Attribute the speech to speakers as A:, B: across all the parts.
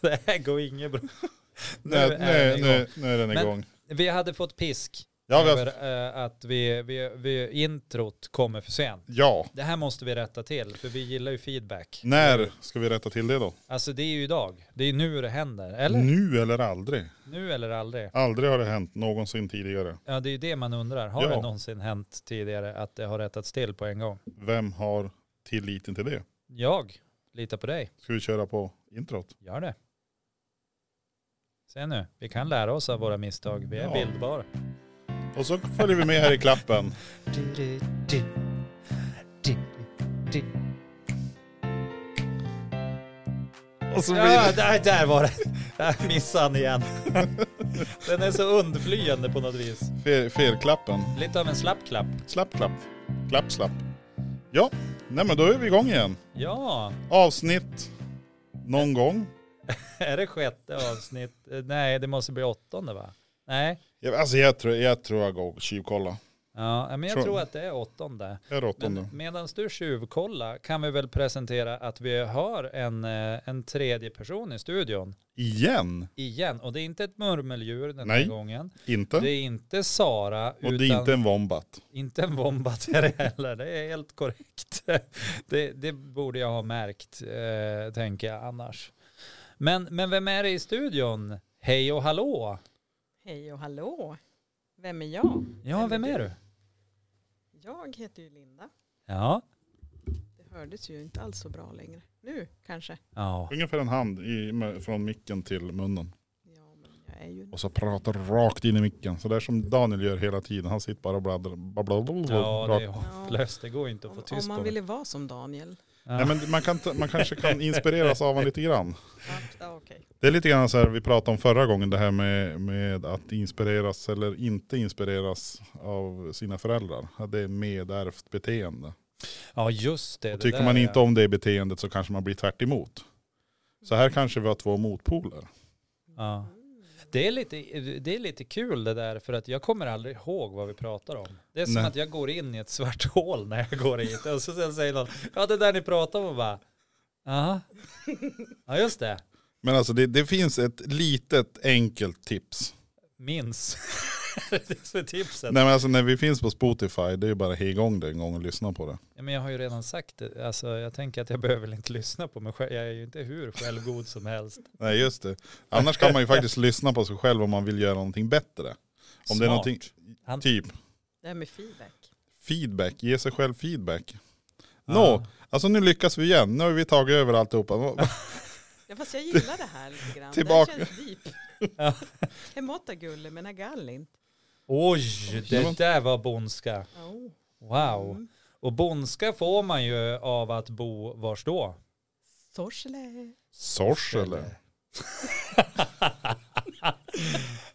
A: det här går inget bra.
B: Nu, nu, nu, nu, är den
A: Men-
B: igång.
A: Vi hade fått pisk
B: Ja, vi har-
A: över eh, att vi, vi, vi, introt kommer för sent.
B: ja,
A: Det här måste vi rätta till, för vi gillar ju feedback.
B: när ska vi rätta till det då?
A: Alltså det är ju idag. Det är nu det händer. Eller?
B: Nu eller aldrig.
A: Nu eller aldrig.
B: Aldrig har det hänt någonsin tidigare.
A: Ja, det är ju det man undrar. Har
B: Ja.
A: det någonsin hänt tidigare att det har rättats till på en gång?
B: Vem har tilliten till det?
A: Jag litar på dig.
B: Ska vi köra på introt?
A: Gör det. Se nu, vi kan lära oss av våra misstag. Vi är
B: Ja.
A: bildbara.
B: Och så följer vi med här i klappen. Och så
A: Ja,
B: blir det...
A: där, där var det. Där missade han igen. Den är så undflyende på något vis.
B: Fe- Felklappen.
A: Lite av en slappklapp.
B: Slapp, klapp. Klapp, slapp. Ja, nej men då är vi igång igen.
A: Ja,
B: Avsnitt någon gång.
A: är det sjätte avsnitt? Eh, Nej, det måste bli åttonde va? Nej,
B: Jag- Alltså jag tror jag, tror jag går och tjuvkollar.
A: ja, men jag
B: Tror-
A: tror att det är åttonde.
B: Jag är åttonde.
A: Men medan du tjuvkollar kan vi väl presentera att vi har en, eh, en tredje person i studion
B: Igen?
A: igen. Och det är inte ett murmeldjur den
B: Nej.
A: här gången.
B: Inte?
A: Det är inte Sara,
B: och
A: utan
B: det är inte en wombat.
A: Inte en bombat är det heller, det är helt korrekt. Det, det borde jag ha märkt, eh, tänker jag annars. Men, men vem är det i studion? Hej och hallå!
C: Hej och hallå! Vem är jag?
A: Ja, vem är du?
C: Jag heter ju Linda.
A: Ja,
C: Det hördes ju inte alls så bra längre. Nu kanske.
A: ja.
B: Ungefär en hand i, med, från micken till munnen.
C: Ja, men jag är ju...
B: Och så pratar rakt in i micken. Så där som Daniel gör hela tiden. Han sitter bara och bladdrar. Blablabla,
A: ja det
B: rakt.
A: är hopplöst, det går inte att
C: Om,
A: få
C: om
A: tyst på
C: man
A: mig.
C: ville vara som Daniel.
A: Ja.
B: Nej, men man, kan, ta- man kanske kan inspireras av honom lite grann.
C: Ja, ja, okej.
B: Det är lite grann så här vi pratade om förra gången. Det här med, med att inspireras eller inte inspireras av sina föräldrar. Att det är medärvt beteende.
A: ja, just det.
B: Och
A: det
B: tycker
A: där
B: man
A: är-
B: inte om det beteendet så kanske man blir tvärt emot. Så här kanske vi har två motpoler.
A: Ja. Det är, lite, det är lite kul det där för att jag kommer aldrig ihåg vad vi pratar om. Det är som
B: Nej.
A: att jag går in i ett svart hål när jag går hit och så sen säger någon, ja det där ni pratar om och bara, ja, ja just det,
B: Men alltså det, det finns ett litet enkelt tips.
A: minns. det är så tipset.
B: Nej men alltså när vi finns på Spotify, det är ju bara att hej igång det en gång och lyssna på det.
A: Ja, Men jag har ju redan sagt det, alltså jag tänker att jag behöver väl inte lyssna på mig själv, jag är ju inte hur självgod som helst.
B: Nej just det. Annars kan man ju faktiskt lyssna på sig själv om man vill göra någonting bättre. Om det
A: Smart.
B: är någonting,
A: Han-
B: typ
C: Det här med feedback.
B: feedback, ge sig själv feedback. Nå,
A: Ja.
B: alltså nu lyckas vi igen. Nu har vi tagit över alltihopa. Va-
C: Ja, fast jag gillar det här lite grann.
B: Tillbaka.
C: Det här känns deep.
A: Ja.
C: Hemotta gulle, men agallin.
A: Oj, det där var bonska.
C: Oh.
A: Wow.
C: Mm.
A: Och bonska får man ju av att bo, vars då?
C: Sorsele.
B: Sorsele.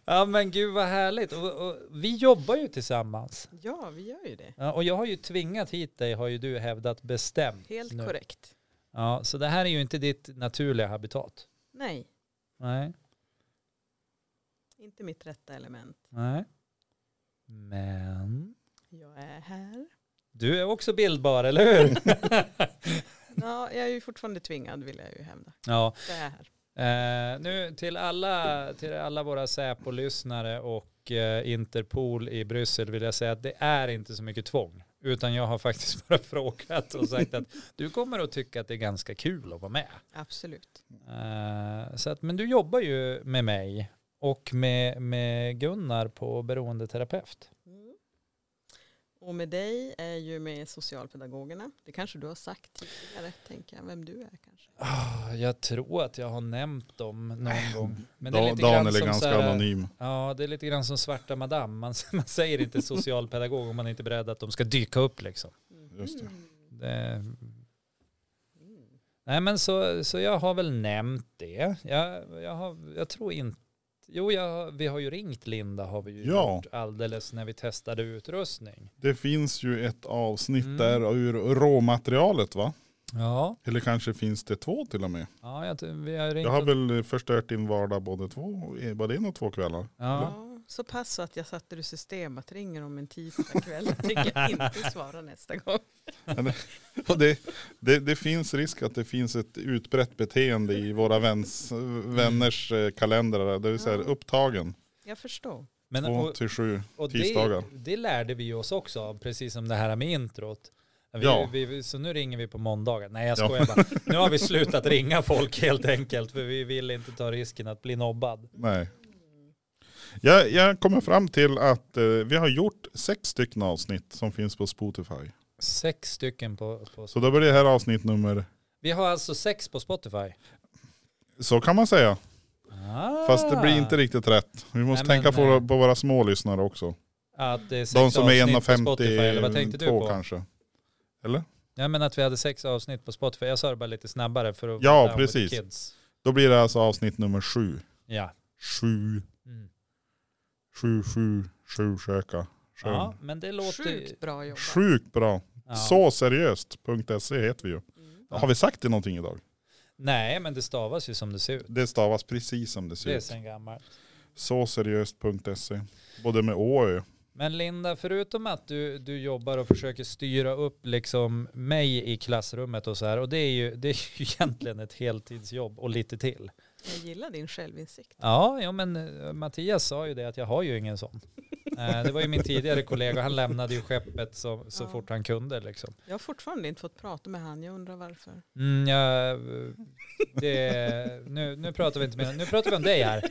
A: ja men gud vad härligt. Och, och, vi jobbar ju tillsammans.
C: Ja, vi gör ju det.
A: Ja, och jag har ju tvingat hit dig har ju du hävdat bestämt.
C: Helt
A: nu.
C: korrekt.
A: Ja, så det här är ju inte ditt naturliga habitat.
C: Nej,
A: Nej.
C: inte mitt rätta element.
A: Nej. Men.
C: Jag är här.
A: Du är också bildbar, eller hur?
C: Ja, jag är ju fortfarande tvingad vill jag ju hävda.
A: ja.
C: Jag är här.
A: Eh, nu till alla, till alla våra Säpo-lyssnare och eh, Interpol i Bryssel vill jag säga att det är inte så mycket tvång. Utan jag har faktiskt bara frågat och sagt att du kommer att tycka att det är ganska kul att vara med.
C: Absolut.
A: Eh, så att, men du jobbar ju med mig och med, med Gunnar på beroendeterapeut.
C: Mm. Och med dig är ju med socialpedagogerna. Det kanske du har sagt tidigare, tänker jag, vem du är kanske.
A: Ah, jag tror att jag har nämnt dem någon gång. Men det är
B: Da-
A: lite grann
B: Daniel är
A: som
B: ganska
A: så här-
B: anonym.
A: Ja, det är lite grann som svarta madam. Man, man säger inte socialpedagog om man inte är beredd att de ska dyka upp liksom.
B: Just det.
C: Mm.
A: Det,
C: Mm.
A: nej men så, så jag har väl nämnt det. Jag, jag, har, jag tror inte, jo jag, vi har ju ringt Linda har vi ju
B: Ja.
A: gjort alldeles när vi testade utrustning.
B: Det finns ju ett avsnitt
A: Mm.
B: där ur råmaterialet va?
A: Ja,
B: Eller kanske finns det två till och med.
A: ja jag, tror- vi har ringt.
B: Jag har
A: och-
B: väl förstört din vardag både två, var det en och två kvällar?
A: ja.
C: Ja, Så pass så att jag satte ur system att ringer om en tisdagkväll tänker jag inte svara nästa gång.
B: Och det, det, det finns risk att det finns ett utbrett beteende i våra väns, vänners eh, kalendrar. Det vill säga
C: Ja.
B: upptagen
C: Jag förstår.
A: Men,
B: två
A: och,
B: till sju
A: och det,
B: tisdagar.
A: det lärde vi oss också av, precis som det här med introt. Vi,
B: Ja.
A: vi, så nu ringer vi på måndagar. Nej jag
B: Ja.
A: skojar bara. Nu har vi slutat ringa folk helt enkelt för vi vill inte ta risken att bli nobbad.
B: Nej. Jag, jag kommer fram till att eh, vi har gjort sex stycken avsnitt som finns på Spotify.
A: Sex stycken på, på
B: Så då blir det här avsnitt nummer,
A: Vi har alltså sex på Spotify.
B: så kan man säga.
A: Ah.
B: Fast det blir inte riktigt rätt. Vi måste
A: Nej, men,
B: tänka på,
A: eh,
B: på våra små lyssnare också.
A: Att det är sex
B: De som är
A: avsnitt på Spotify, eller vad tänkte du
B: 1,52
A: på?
B: kanske. Eller?
A: Nej men att vi hade sex avsnitt på Spotify. Jag sa det bara lite snabbare för att
B: Ja,
A: vara down with
B: precis.
A: kids.
B: Då blir det alltså avsnitt nummer sju.
A: Ja.
B: Sju,
A: Mm.
B: sju, sju, sju, söka. Sjön.
A: ja, men det låter...
C: Sjukt bra jobbat.
B: Sjukt bra.
A: Ja.
B: Så seriöst.se E heter vi ju.
C: Mm.
A: Ja.
B: Har vi sagt det någonting idag?
A: Nej men det stavas ju som det ser ut.
B: Det stavas precis som det ser
A: Det är
B: ut.
A: sen gammalt.
B: Så seriöst.se. E. Både med Å och Ö.
A: Men Linda, förutom att du, du jobbar och försöker styra upp liksom mig i klassrummet och så här, och det är ju, det är ju egentligen ett heltidsjobb och lite till.
C: Jag gillar din självinsikt.
A: Ja, ja men eh, Mattias sa ju det att jag har ju ingen sån. Eh, Det var ju min tidigare kollega, han lämnade ju skeppet så, så
C: Ja.
A: fort han kunde liksom.
C: Jag har fortfarande inte fått prata med han, jag undrar varför.
A: Mm, jag, det, nu, nu pratar vi inte mer, nu pratar vi om dig här.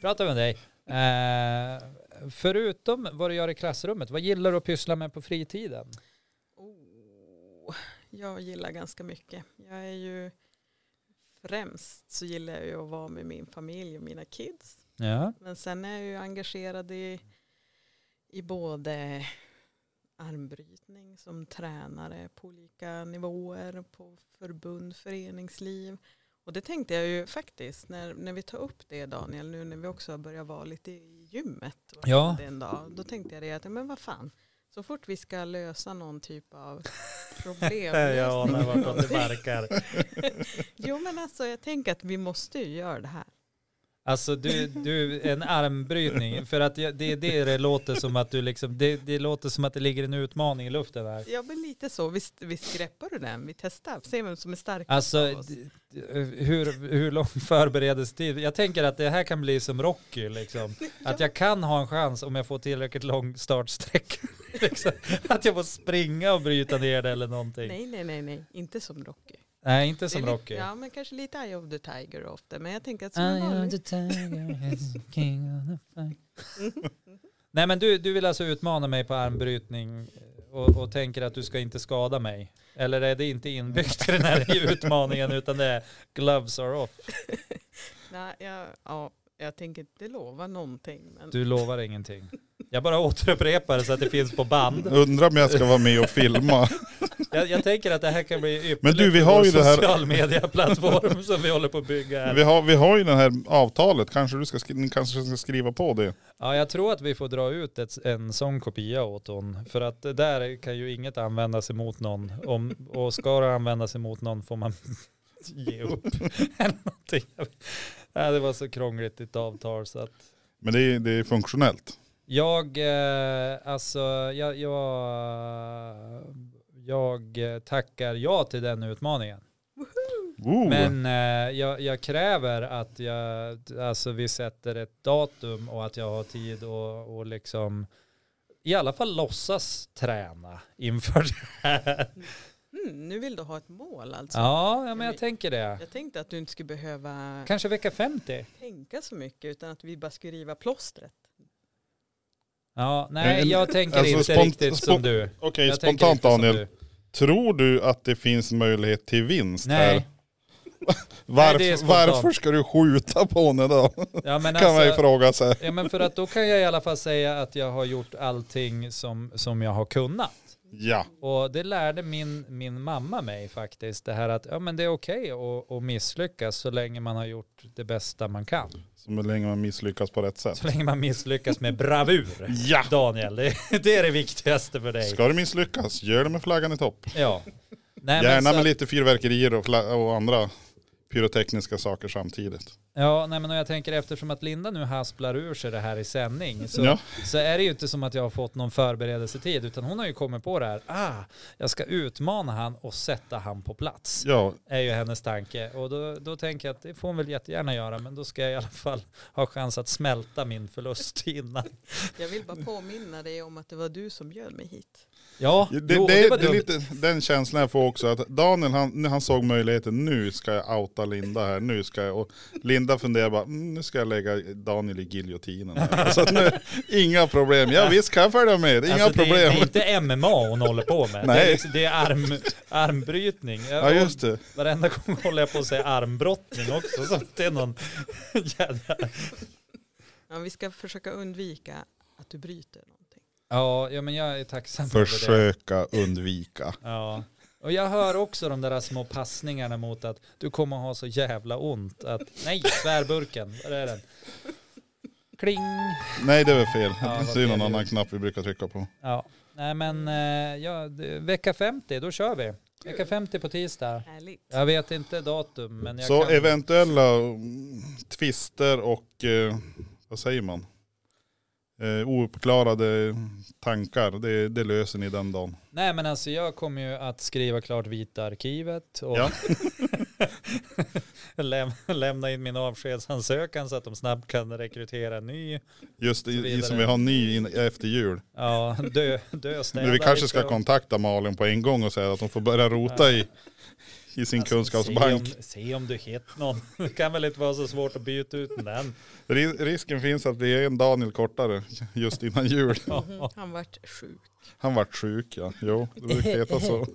A: Pratar vi om dig. Eh, förutom vad du gör i klassrummet, vad gillar du att pyssla med på fritiden?
C: Oh, jag gillar ganska mycket. Jag är ju främst så gillar jag ju att vara med min familj och mina kids.
A: Ja.
C: Men sen är jag ju engagerad i, i både armbrytning som tränare på olika nivåer, på förbund, föreningsliv. Och det tänkte jag ju faktiskt när, när vi tar upp det Daniel, nu när vi också har börjat vara lite i gymmet och
A: Ja.
C: det en dag, då tänkte jag det att, men vad fan, så fort vi ska lösa någon typ av problemlösning. eller någonting.
A: verkar.
C: Jo men alltså jag tänker att vi måste ju göra det här.
A: Alltså du, du, en armbrytning, för att jag- det, det, är det låter som att du liksom, det, det låter som att det ligger en utmaning i luften här.
C: Ja men lite så, visst, visst greppar du den? Vi testar, se vem som är starkast av
A: Alltså
C: oss.
A: d- d- hur, hur lång förberedelsetid? Jag tänker att det här kan bli som Rocky liksom. Att jag kan ha en chans om jag får tillräckligt lång startsträcka. Liksom. Att jag får springa och bryta ner det eller någonting. Nej,
C: Nej nej nej nej, inte som Rocky.
A: inte
C: Det är
A: som
C: lite-
A: Rocky. Ah,
C: Ja men kanske lite Eye of the Tiger ofta, men jag tänker att som är vanligt.
A: Nej men du, du vill alltså utmana mig på armbrytning eh, och, och tänker att du ska inte skada mig? Eller är det inte inbyggt i den här utmaningen utan det är gloves are off?
C: Nej, jag, ja, jag tänker inte lova någonting. Men...
A: Du lovar ingenting. Jag bara återupprepar det så att det finns på band.
B: Undrar om jag ska vara med och filma.
A: Jag, jag tänker att det här kan bli ypperligt
B: Men du, vi
A: för
B: har
A: vår
B: ju det här-
A: social media-plattform som vi håller på att bygga här.
B: Vi har, vi har ju det här avtalet. Kanske du ska, skri- ni kanske ska skriva på det.
A: Ja, jag tror att vi får dra ut ett, en sån kopia åt hon. För att det där kan ju inget användas emot någon. Om, och ska det användas emot någon får man ge upp. Eller någonting. Nej, det var så krångligt ditt avtal så att
B: Men det är, det är funktionellt.
A: Jag, eh, alltså, jag, jag, jag eh, tackar ja till den utmaningen.
B: Woo.
A: Men eh, jag, jag kräver att jag, alltså, vi sätter ett datum och att jag har tid och, och liksom i alla fall låtsas träna inför det här.
C: Mm, nu vill du ha ett mål alltså.
A: Ja, ja men jag tänker det.
C: Jag tänkte att du inte skulle behöva
A: Kanske vecka 50.
C: tänka så mycket utan att vi bara skulle riva plåstret.
A: Ja, nej,
B: Eller-
A: jag tänker
B: alltså,
A: inte
B: spont-
A: riktigt som
B: spont-
A: du.
B: Okej,
A: Jag tänker inte
B: spontant
A: som
B: Daniel.
A: du.
B: Tror du att det finns möjlighet till vinst här?
A: Nej,
B: Varf,
A: det är spontant.
B: varför ska du skjuta på henne då?
A: ja, men
B: kan man ju
A: alltså,
B: fråga sig.
A: Ja men för att då kan jag i alla fall säga att jag har gjort allting som, som jag har kunnat.
B: Ja.
A: Och det lärde min, min mamma mig faktiskt. Det här att ja, men det är okej att, att misslyckas så länge man har gjort det bästa man kan.
B: Så länge man misslyckas på rätt sätt.
A: Så länge man misslyckas med bravur.
B: Ja!
A: Daniel, det, det är det viktigaste för dig.
B: Ska du misslyckas, gör det med flaggan i topp.
A: Ja. Nej, men så
B: Gärna
A: att-
B: med lite fyrverkerier och, fla- och andra pyrotekniska saker samtidigt.
A: Ja, nej men och jag tänker eftersom att Linda nu hasplar ur sig det här i sändning så,
B: Ja.
A: så är det ju inte som att jag har fått någon förberedelsetid utan hon har ju kommit på det här. Ah, jag ska utmana han och sätta han på plats.
B: Ja,
A: Är ju hennes tanke. Och då, då tänker jag att det får hon väl jättegärna göra men då ska jag i alla fall ha chans att smälta min förlust innan.
C: Jag vill bara påminna dig om att det var du som bjöd mig hit.
A: Ja,
B: det, det,
A: jo,
B: det,
A: var
B: är
A: dumt.
B: lite den känslan jag får också. Att Daniel han, när han såg möjligheten, nu ska jag outa Linda här. Nu ska jag, och Linda funderar bara, mm, nu ska jag lägga Daniel i giljotinen. här." Så att nu, inga problem. Ja visst kan jag följa med, det är inga
A: Alltså, Det, är,
B: problem.
A: det är inte MMA hon håller på med. Det är,
B: Nej.
A: liksom, det är arm, armbrytning.
B: Ja just det.
A: Varenda gång håller jag på att säga armbrottning också. Så att det är någon jävla...
C: Ja, vi ska försöka undvika att du bryter någonting.
A: Ja, ja, men jag är tacksam över det.
B: Försöka undvika.
A: Ja. Och jag hör också de där små passningarna mot att du kommer ha så jävla ont att nej, svärburken, var är den? Kling.
B: Nej det var fel.
A: Ja, vad
B: det är någon
A: fel.
B: annan knapp vi brukar trycka på.
A: Ja, nej men eh, ja, det- vecka 50, då kör vi. Vecka 50 på tisdag.
C: Härligt.
A: Jag vet inte datum, men jag
B: Så
A: kan...
B: eventuella mm, tvister och eh, vad säger man? Eh, ouppklarade tankar, det, det löser ni den dagen.
A: Nej men alltså jag kommer ju att skriva klart Vita Arkivet och
B: Ja.
A: läm lämna in min avskedsansökan så att de snabbt kan rekrytera en ny.
B: Just i, i
A: vidare.
B: som vi har ny in, efter jul.
A: Ja, dö, dö
B: Men vi kanske ska kontakta Malin på en gång och säga att hon får börja rota i, i sin Alltså, kunskapsbank.
A: Alltså, Se om, se om du hittar någon. Det kan väl inte vara så svårt att byta ut den.
B: Ri- Risken finns att vi är en Daniel kortare just innan jul.
A: Ja.
C: Han vart sjuk.
B: Han vart sjuk ja. Jo, det brukar heta så.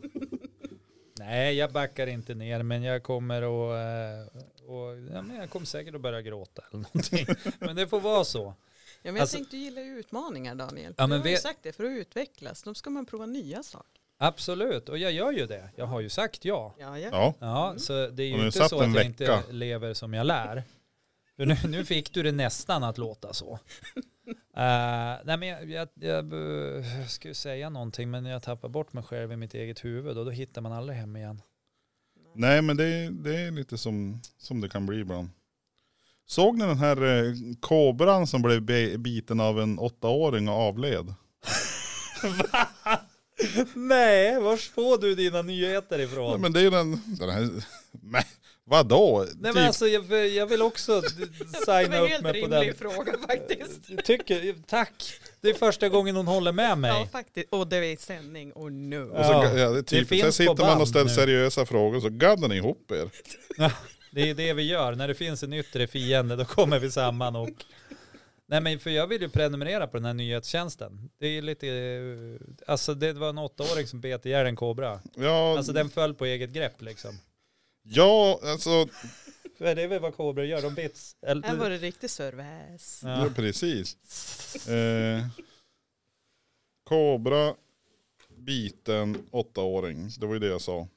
A: Nej, jag backar inte ner men jag kommer och, eh, och ja, men jag kommer säkert att börja gråta eller någonting. Men det får vara så.
C: Ja, men jag
A: Alltså-
C: tänkte du gillar ju utmaningar Daniel.
A: Ja, men
C: du har ju
A: vet-
C: sagt det, för att utvecklas, då ska man prova nya saker.
A: Absolut, och jag gör ju det. Jag har ju sagt ja.
C: Ja, ja.
B: Ja,
A: Ja, så det är
B: Mm. Har
A: ju
B: du
A: inte
B: satt
A: så att
B: en
A: jag
B: vecka?
A: inte lever som jag lär. För nu, nu fick du det nästan att låta så. Eh, nej men jag, jag, jag, eh, skulle säga någonting men jag tappar bort mig själv i mitt eget huvud och då hittar man aldrig hem igen.
B: nej men det, det är lite som, som det kan bli ibland. Såg ni den här eh, kobran som blev be- biten av en åttaåring och avled?
A: Nej, var får du dina nyheter ifrån?
B: Nej, men det är ju den, den här, men vadå?
A: Nej, men
B: Typ-
A: alltså, jag, jag vill också d- signa upp mig på den.
C: fråga faktiskt.
A: Tycker, tack, det är första gången hon håller med mig.
C: Ja, faktiskt. Och det är sändning och nu.
B: Och så,
A: Ja,
B: ja, det är typ,
A: finns
B: sen
A: på
B: sitter man
A: band
B: och ställer
A: nu.
B: seriösa frågor så gaddar ni ihop er.
A: Det är det vi gör. När det finns en yttre fiende då kommer vi samman och... Nej men för jag vill ju prenumerera på den här nyhetstjänsten. Det är lite... eh, Alltså det var en åttaåring som bet ihjäl en kobra.
B: Ja,
A: Alltså den föll på eget grepp liksom.
B: ja alltså,
A: För det är väl vad kobror gör, de bits. Eller-
C: Här var det riktig service.
A: Ja.
B: ja, precis. Eh, kobra, biten, åttaåring. Det var ju det jag sa.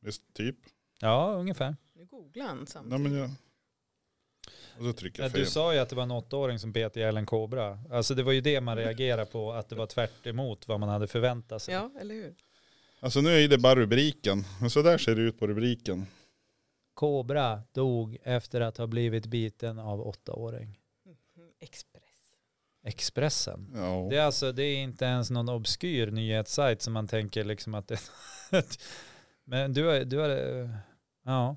B: Visst, typ.
A: ja, ungefär.
C: Nu googlar han
B: Nej,
C: samtidigt.
B: men jag... Och så trycker
A: Men
B: jag fel.
A: du sa ju att det var en åttaåring som bet ihjäl en kobra. Alltså det var ju det man reagerade på, att det var tvärt emot vad man hade förväntat sig.
C: Ja, eller hur?
B: Alltså nu är det bara rubriken. Men så där ser det ut på rubriken.
A: Kobra dog efter att ha blivit biten av åttaåring.
C: Mm, Express.
A: Expressen.
B: Ja.
A: Det är alltså, det är inte ens någon obskyr nyhetssajt som man tänker liksom att det Men du har, du har, ja.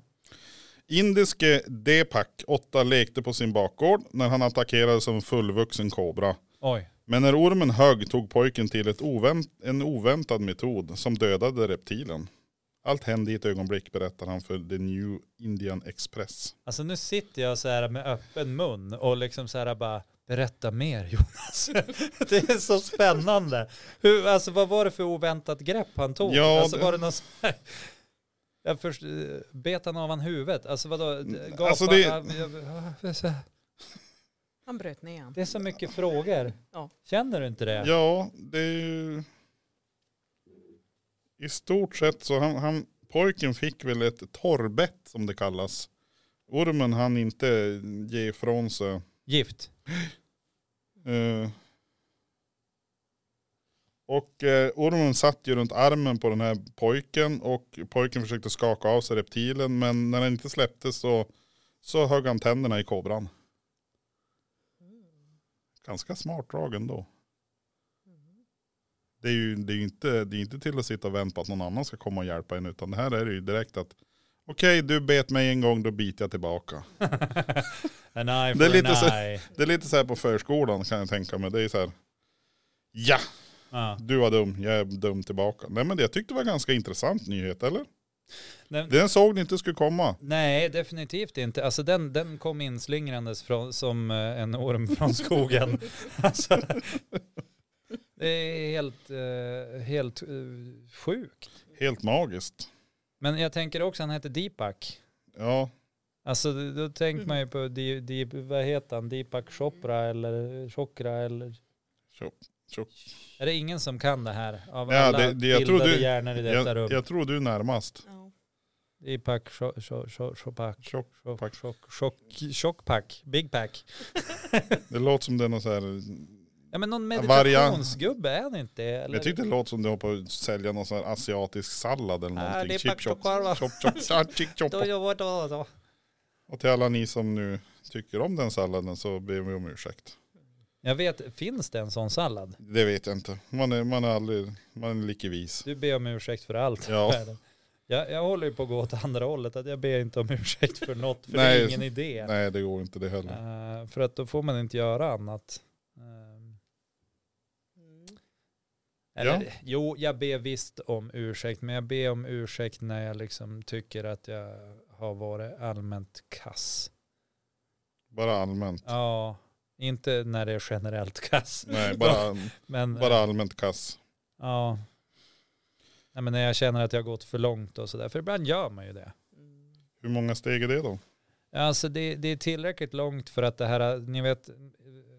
B: Indiske Depak, åtta, lekte på sin bakgård när han attackerades av en fullvuxen kobra.
A: Oj.
B: Men när ormen högg tog pojken till ett ovänt, en oväntad metod som dödade reptilen. Allt hände i ett ögonblick berättar han för The New Indian Express.
A: Alltså nu sitter jag så här med öppen mun och liksom så här bara, berätta mer Jonas. det är så spännande. Hur, alltså vad var det för oväntat grepp han tog?
B: Ja,
A: alltså
B: det-
A: var det någon så här, jag först, eh, bet han av han huvudet? Alltså vadå, gapade
B: Alltså, det-
A: han? Jag- jag-
C: Han bröt ner han.
A: Det är så mycket frågor.
C: Ja.
A: Känner du inte det?
B: Ja, det är ju... I stort sett så han, han, pojken fick väl ett torrbett som det kallas. Ormen han inte ge ifrån sig.
A: Gift.
B: Eh, Och eh, ormen satt ju runt armen på den här pojken och pojken försökte skaka av sig reptilen men när den inte släppte så, så högg han tänderna i kobran.
C: Mm,
B: Ganska smart drag ändå.
C: mm.
B: Det är ju, det är ju inte, det är inte till att sitta och vänta på att någon annan ska komma och hjälpa en utan det här är det ju direkt att okej du bet mig en gång då biter jag tillbaka.
A: an eye for
B: Det är lite
A: an
B: så-
A: eye.
B: Det är lite så här på förskolan kan jag tänka mig. Det är så här ja
A: Ja.
B: du var dum, jag är dum tillbaka. Nej men det, jag tyckte det var ganska intressant nyhet eller?
A: Den,
B: Den såg ni inte skulle komma.
A: nej, definitivt inte. Alltså den, den kom inslingrandes från, som eh, en orm från skogen. alltså, det är helt, eh, helt eh, sjukt.
B: Helt magiskt.
A: Men jag tänker också, han heter Deepak.
B: Ja,
A: Alltså då då tänker man ju på, Di, Di, vad heter han, Deepak Chopra eller Chokra eller?
B: Chop- Chop-
A: Är det ingen som kan det här av
B: Ja,
A: alla
B: det- det- jag tror
A: bildade
B: du-
A: hjärnor i detta
B: jag,
A: rum?
B: jag tror du är närmast.
C: Ja.
A: Deepak Cho- Cho- Cho- Chopak.
B: Chop.
A: Tjockpack. Tjockpack. Big pack.
B: Det låter som det är någon så här,
A: Ja men någon
B: Varian.
A: meditationsgubbe är han inte. Eller?
B: jag tyckte det låter som du håller på att sälja någon sån här asiatisk sallad eller
A: Ja, Äh, det
B: någonting.
A: är
B: Chip chop,
A: paktokorvar.
B: chop, chop, chop, chip, chop.
A: Då, då, då, då.
B: Och till alla ni som nu tycker om den salladen så ber vi om ursäkt.
A: Jag vet, finns det en sån sallad?
B: Det vet jag inte. Man är, man är aldrig, man är lika vis.
A: Du ber om ursäkt för allt.
B: Ja.
A: Jag, jag håller ju på att gå åt andra hållet, att jag ber inte om ursäkt för något, för det
B: Nej.
A: är ingen idé.
B: Nej det går inte det heller.
A: Eh, för att då får man inte göra annat. Ehm,
C: Mm.
A: Eller,
B: Ja.
A: Jo, jag ber visst om ursäkt, men jag ber om ursäkt när jag liksom tycker att jag har varit allmänt kass.
B: Bara allmänt.
A: Ja, inte när det är generellt kass.
B: Nej bara,
A: Men, eh,
B: bara allmänt kass.
A: Ja. Nej, men när jag känner att jag har gått för långt och sådär. För ibland gör man ju det.
C: Mm.
B: Hur många steg är det då?
A: Alltså det, det är tillräckligt långt för att det här, ni vet,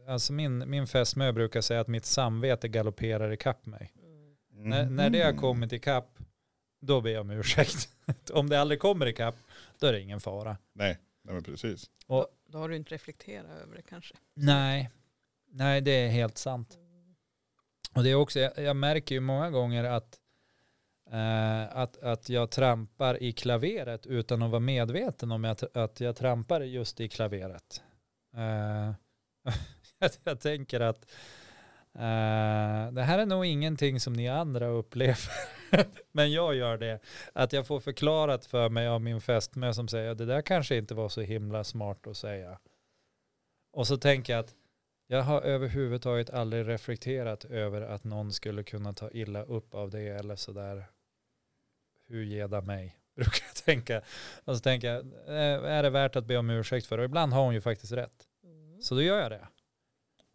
A: alltså min, min fästmö brukar säga att mitt samvete galopperar ikapp mig.
C: Mm.
A: När, när det har
B: Mm.
A: kommit ikapp, då ber jag om ursäkt. om det aldrig kommer ikapp, då är det ingen fara.
B: Nej, nej men precis.
A: Och-
C: Då, då har du inte reflekterat över det kanske.
A: Nej, nej det är helt sant. Och det är också, jag, jag märker ju många gånger att, eh, att, att jag trampar i klaveret utan att vara medveten om att, att jag trampar just i klaveret. Eh, att jag tänker att eh, det här är nog ingenting som ni andra upplever, men jag gör det. Att jag får förklarat för mig av min fästmö som säger det där kanske inte var så himla smart att säga. Och så tänker jag att jag har överhuvudtaget aldrig reflekterat över att någon skulle kunna ta illa upp av det eller sådär. Hur geda mig, brukar jag tänka. Och så tänker jag, eh, är det värt att be om ursäkt för? Och ibland har hon ju faktiskt rätt.
C: Mm.
A: Så då gör jag det.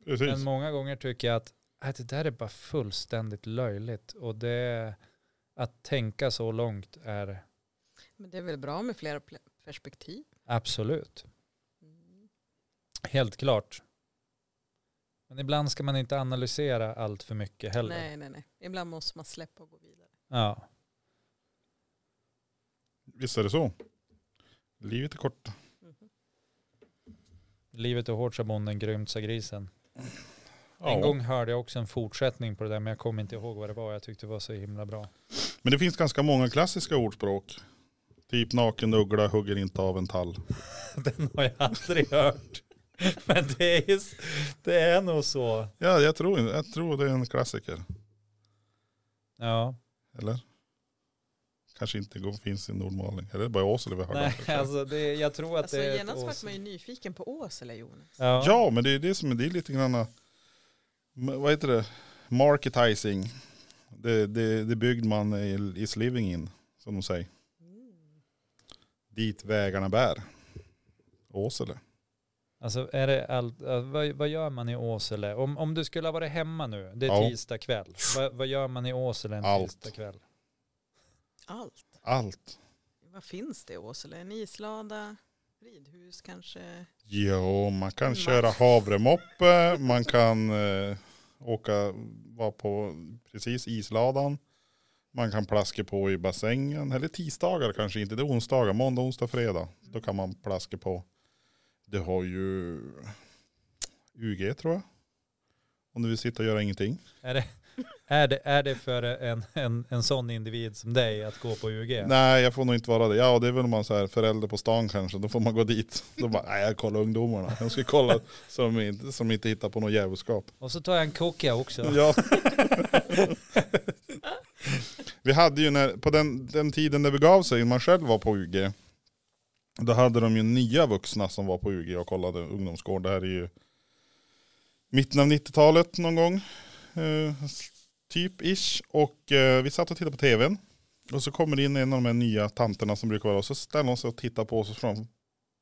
B: precis.
A: Men många gånger tycker jag att "Äh, det där är bara fullständigt löjligt. Och det, att tänka så långt är
C: Men det är väl bra med flera ple- perspektiv.
A: absolut,
C: Mm.
A: helt klart. Men ibland ska man inte analysera allt för mycket heller.
C: Nej, nej, nej. Ibland måste man släppa och gå vidare.
A: Ja.
B: Visst är det så. Livet är kort.
C: Mhm.
A: Livet är hårt sa bonden, grymt sa grisen.
B: Ja.
A: En gång hörde jag också en fortsättning på det där men jag kommer inte ihåg vad det var. Jag tyckte det var så himla bra.
B: Men det finns ganska många klassiska ordspråk. Typ naken uggla hugger inte av en tall.
A: Den har jag aldrig hört. Men det är, ju s- det är nog så.
B: Ja, jag tror, jag tror det är en klassiker.
A: Ja,
B: Eller? Kanske inte går- finns i Nordmaling. Eller bara i Åsele vi har
A: nej
B: det.
A: alltså det, jag tror att
C: Alltså,
A: det är ett
C: genast vart
A: ås-
C: man ju nyfiken på Åsele, Jonas.
A: Ja.
B: Ja, men det är det som är, det är lite grann, m- vad heter det, marketizing. Det, det, det byggde man i, i Sliving in, som de säger.
C: Mm.
B: Dit vägarna bär. Åsele.
A: Alltså är det allt, äh, vad, vad gör man i Åsele? Om, om du skulle ha varit hemma nu, det är
B: Ja.
A: tisdag kväll. Vad, vad gör man i Åsele en
B: Allt.
A: tisdag kväll?
C: Allt.
B: Allt.
C: Vad finns det i Åsele? En islada, ridhus kanske?
B: Jo, man kan
C: Man-
B: köra havremoppe, man kan eh, åka, vara på precis isladan. Man kan plaska på i bassängen, eller tisdagar kanske inte, det är onsdagar, måndag, onsdag, fredag. Då kan man plaska på. Det har ju UG tror jag. Om du vill sitta och göra ingenting.
A: Är det, Är det, är det för en, en, en sån individ som dig att gå på UG?
B: Nej jag får nog inte vara det. Ja det är väl om man så här förälder på stan kanske. Då får man gå dit. Då bara, nej jag kollar ungdomarna. Jag ska kolla som inte, som inte hittar på något djävulskap.
A: Och så tar jag en kokia också.
B: Ja. vi hade ju när, på den, den tiden det begav sig, när man själv var på UG. Då hade de ju nya vuxna som var på UG och kollade ungdomsgård. Det här är ju mitten av 90-talet någon gång. Eh, typ ish. Och eh, vi satt och tittade på tvn. Och så kommer det in en av de här nya tanterna som brukar vara och så ställer hon sig och tittar på oss och frågar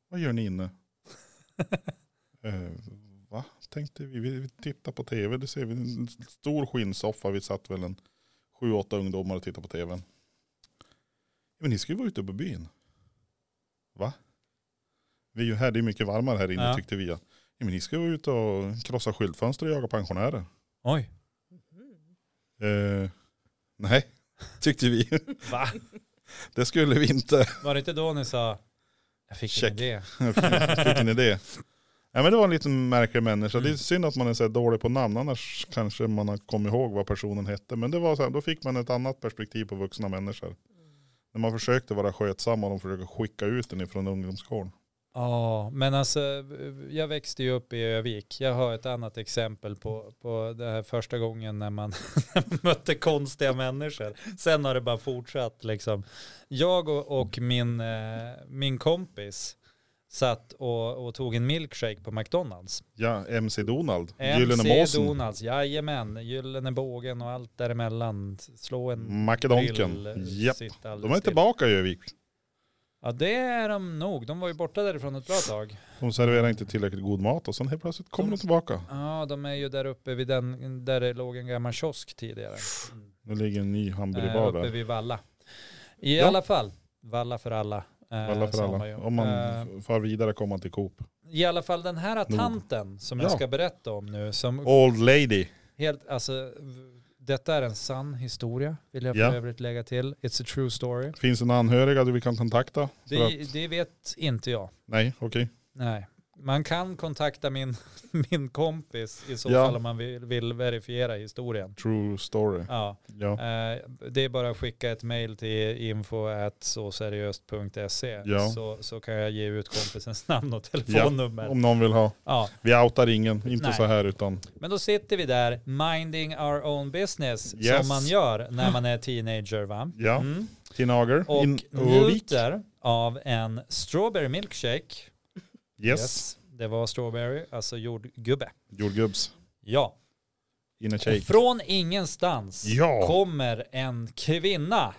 B: Vad gör ni inne? eh, va? Tänkte vi, vi, vi tittar på tv. Det ser vi en stor skinnsoffa. Vi satt väl en sju, åtta ungdomar och tittade på tvn. Men ni ska ju vara ute på byn. Va? Vi är ju här, det är mycket varmare här inne
A: Ja.
B: tyckte vi. Ja. Ja, men ni ska ju ut och krossa skyltfönster och jaga pensionärer.
A: Oj,
C: Mhm.
B: Eh, nej, tyckte vi.
A: va?
B: Det skulle vi inte.
A: Var det inte då ni sa, jag fick
B: Check.
A: en idé.
B: Fick en idé. Ja, men det var en liten märklig människa. Det är synd att man är så här dålig på namn. Annars kanske man har kommit ihåg vad personen hette. Men det var så här, då fick man ett annat perspektiv på vuxna människor. När man försökte vara skötsam och de försökte skicka ut en ifrån ungdomsgården.
A: Ja, men alltså jag växte ju upp i Övik. Jag har ett annat exempel på, på det här första gången när man, när man mötte konstiga människor. Sen har det bara fortsatt liksom. Jag och, och min, eh, min kompis satt och, och tog en milkshake på McDonalds.
B: Ja, MC Donald. Gyllene
A: MC
B: Måsen.
A: Donalds, jajamän, Gyllene bågen och allt däremellan. Slå
B: Mm.
A: en
B: Makedonken.
A: grill,
B: Japp.
A: sitta alldeles
B: De är
A: still.
B: tillbaka i Övik.
A: Ja det är de nog, de var ju borta därifrån ett bra tag.
B: De serverar inte tillräckligt god mat och sen helt plötsligt kommer de tillbaka.
A: Ja, de är ju där uppe vid den, där det låg en gammal kiosk tidigare.
B: Nu ligger en ny
A: Eh,
B: hamburgerbar
A: uppe
B: Mm. där.
A: vid Valla. I
B: Ja.
A: alla fall, Valla för alla. eh,
B: Alla
A: sa
B: för
A: man ju.
B: alla. Om man
A: Eh,
B: far vidare kommer man till Coop.
A: I alla fall den här tanten som jag
B: Ja.
A: ska berätta om nu, som
B: Old lady.
A: helt, alltså, v- detta är en sann historia, vill jag för
B: Ja.
A: övrigt lägga till. It's a true story.
B: Finns det några anhöriga du vi kan kontakta? För att,
A: Det, det vet inte jag.
B: nej, okej.
A: Nej. Man kan kontakta min, min kompis i så
B: Ja.
A: fall om man vill, vill verifiera historien.
B: True story.
A: Ja.
B: Ja.
A: Eh, Det är bara att skicka ett mail till info.såseriöst.se
B: Ja.
A: så, så kan jag ge ut kompisens namn och
B: Ja,
A: telefonnummer. Ja.
B: om någon vill ha. Vi outar ingen, inte
A: Nej.
B: så här utan.
A: Men då sitter vi där, minding our own business, som
B: Yes.
A: man gör när man är teenager va?
B: Ja.
A: Mm.
B: Tinager.
A: Och
B: in Övik.
A: njuter av en strawberry milkshake.
B: Yes.
A: Det var strawberry, alltså jordgubbe.
B: Jordgubbs.
A: Ja.
B: In a
A: Och
B: shake.
A: Från ingenstans
B: Ja.
A: kommer en kvinna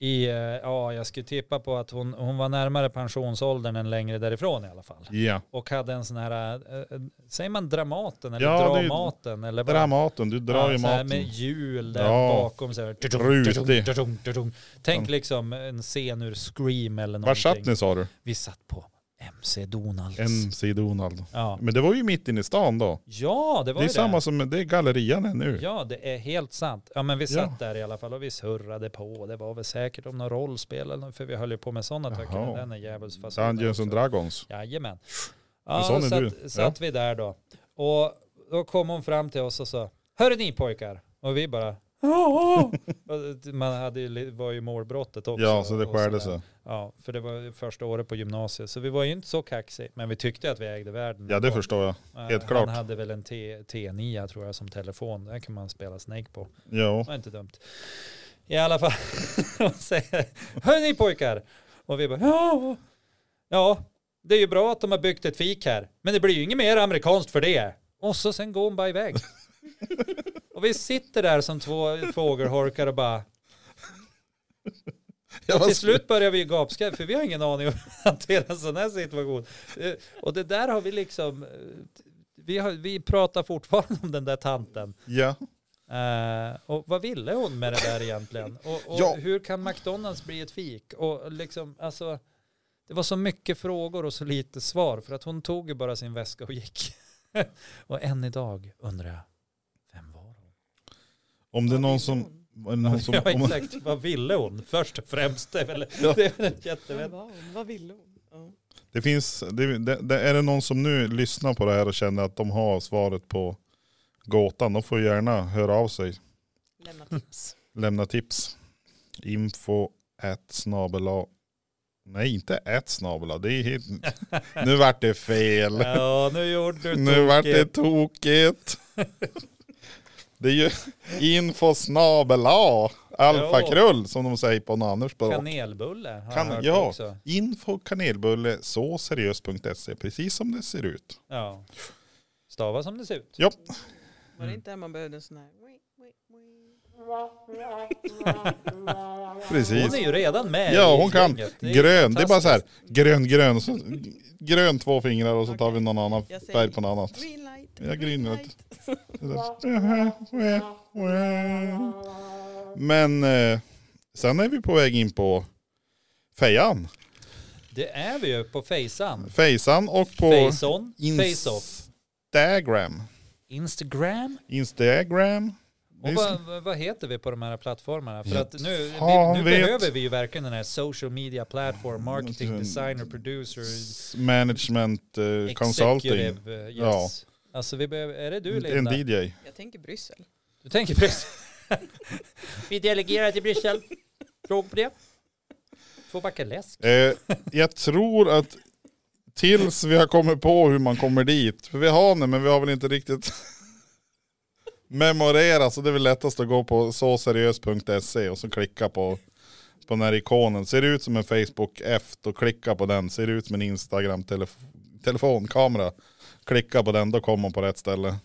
A: i, eh, ja jag skulle tippa på att hon, hon var närmare pensionsåldern än längre därifrån i alla fall.
B: Ja.
A: Och hade en sån här, eh, eh, säger man Dramaten eller
B: Ja, det är ju-
A: Dramaten? Eller vad?
B: Dramaten, du drar ju
A: så här
B: maten.
A: Med hjul där
B: Ja.
A: bakom så här. Tudung,
B: Rutig.
A: tudung, tudung, tudung. Tänk
B: Ja.
A: liksom en scen ur Scream eller
B: Var
A: någonting.
B: satt ni sa du?
A: Vi satt på MC Donalds.
B: MC Donald.
A: Ja.
B: Men det var ju mitt inne i stan då.
A: ja, det
B: Det
A: var
B: är
A: ju
B: samma som, det är gallerian här nu.
A: Ja, det är helt sant. Ja, men vi
B: Mm. Ja.
A: satt där i alla fall och vi surrade på. Det var väl säkert om någon rollspel eller något, för vi höll ju på med sådana
B: Jaha.
A: töcker. Den är djävulsfasonen.
B: Dungeons and Dragons.
A: Jajamän.
B: Men
A: Ja,
B: sån
A: och
B: är
A: satt,
B: du.
A: satt vi där då. Och då kom hon fram till oss och sa, hör ni pojkar? Och vi bara, ja. Och Man hade ju, li- var ju målbrottet också.
B: Ja, så det
A: och
B: skärde
A: sådär.
B: sig.
A: Ja, för det var ju första året på gymnasiet. Så vi var ju inte så kaxig, men vi tyckte att vi ägde världen.
B: Ja, det
A: Och-
B: förstår jag.
A: eh,
B: helt
A: han
B: klart.
A: hade väl en T, T9 tror jag som telefon. Den kan man spela Snake på.
B: Ja.
A: Det var inte dumt. I alla fall, hon säger, hör ni pojkar! Och vi bara, ja, ja, det är ju bra att de har byggt ett fik här, men det blir ju inget mer amerikanskt för det. Och så sen går hon bara iväg. Och vi sitter där som två fågelholkar och bara,
B: Jag var
A: till slut börjar vi ju gapskratta för vi har ingen aning om att hantera en sån här situation. Eh, Och det där har vi liksom, eh, vi, har, vi pratar fortfarande om den där tanten.
B: Ja.
A: Eh, och vad ville hon med det där egentligen? Och, och
B: Ja.
A: hur kan McDonalds bli ett fik? Och liksom, alltså, det var så mycket frågor och så lite svar för att hon tog ju bara sin väska och gick. och än idag undrar jag, vem var hon?
B: Om det är
C: Vad
B: någon
C: vill
B: som...
C: hon?
B: var det Någon som
A: ja
B: om,
A: exakt, vad ville hon först och främst? Det är väl,
B: Ja.
A: det är väl ett
C: Vem
A: jättevett.
C: var hon? Vad ville hon? Ja.
B: det finns, det, det, det, är det någon som nu lyssnar på det här och känner att de har svaret på gåtan, de får gärna höra av sig
C: Lämna tips.
B: Lämna tips. Info at snabela. Nej, inte ett snabela. Det är helt... Nu vart det fel.
A: Ja, nu gjorde du eh,
B: Nu vart det
A: tokigt.
B: tokigt. Det är ju info snabel A. Alfakrull som de säger på något annat språk.
A: Kanelbulle har
B: Kan-
A: jag hört
B: ja.
A: också.
B: Info kanelbulle så seriöst.se E, precis som det ser ut.
A: Ja. Stava som det ser ut.
B: Ja, Mm.
C: Var det inte där man behövde en sån här... wii, wii, wii?
B: precis.
A: Hon är ju redan med i
B: Ja, hon kan.
A: gänget. Det är
B: Grön, det är bara så här.
A: fantastiskt.
B: Grön, grön. så- Grön två fingrar och så tar vi någon annan
C: Jag säger-
B: färg på något annat.
C: Green light.
B: Ja, green light. Det där. Men eh, sen är vi på väg in på fejan.
A: Det är vi ju på Facean.
B: Fejsan och på
A: Faceon, Faceoff,
B: Instagram.
A: Instagram.
B: Instagram. Det
A: Och
B: är som-
A: vad, vad heter vi på de här plattformarna? För att nu,
B: Fan
A: vi, nu
B: vet.
A: behöver vi ju verkligen den här social media platform, marketing,
B: Mm.
A: designer, producer,
B: Management eh, Consulting.
A: executive. eh,
B: Ja.
A: Yes. Alltså vi behöver, är det du
B: En
A: Linda?
B: DJ.
C: Jag tänker Bryssel.
A: Du tänker Bryssel? vi delegerar till Bryssel. Frågor på det? Två backar läsk.
B: Eh, jag tror att tills vi har kommit på hur man kommer dit, för vi har det men vi har väl inte riktigt memorerat så det är väl lättast att gå på såseriös.se och så klicka på, på den här ikonen. Ser det ut som en Facebook F då klicka på den. Ser det ut som en Instagram telef telefonkamera klicka på den då kommer man på rätt ställe.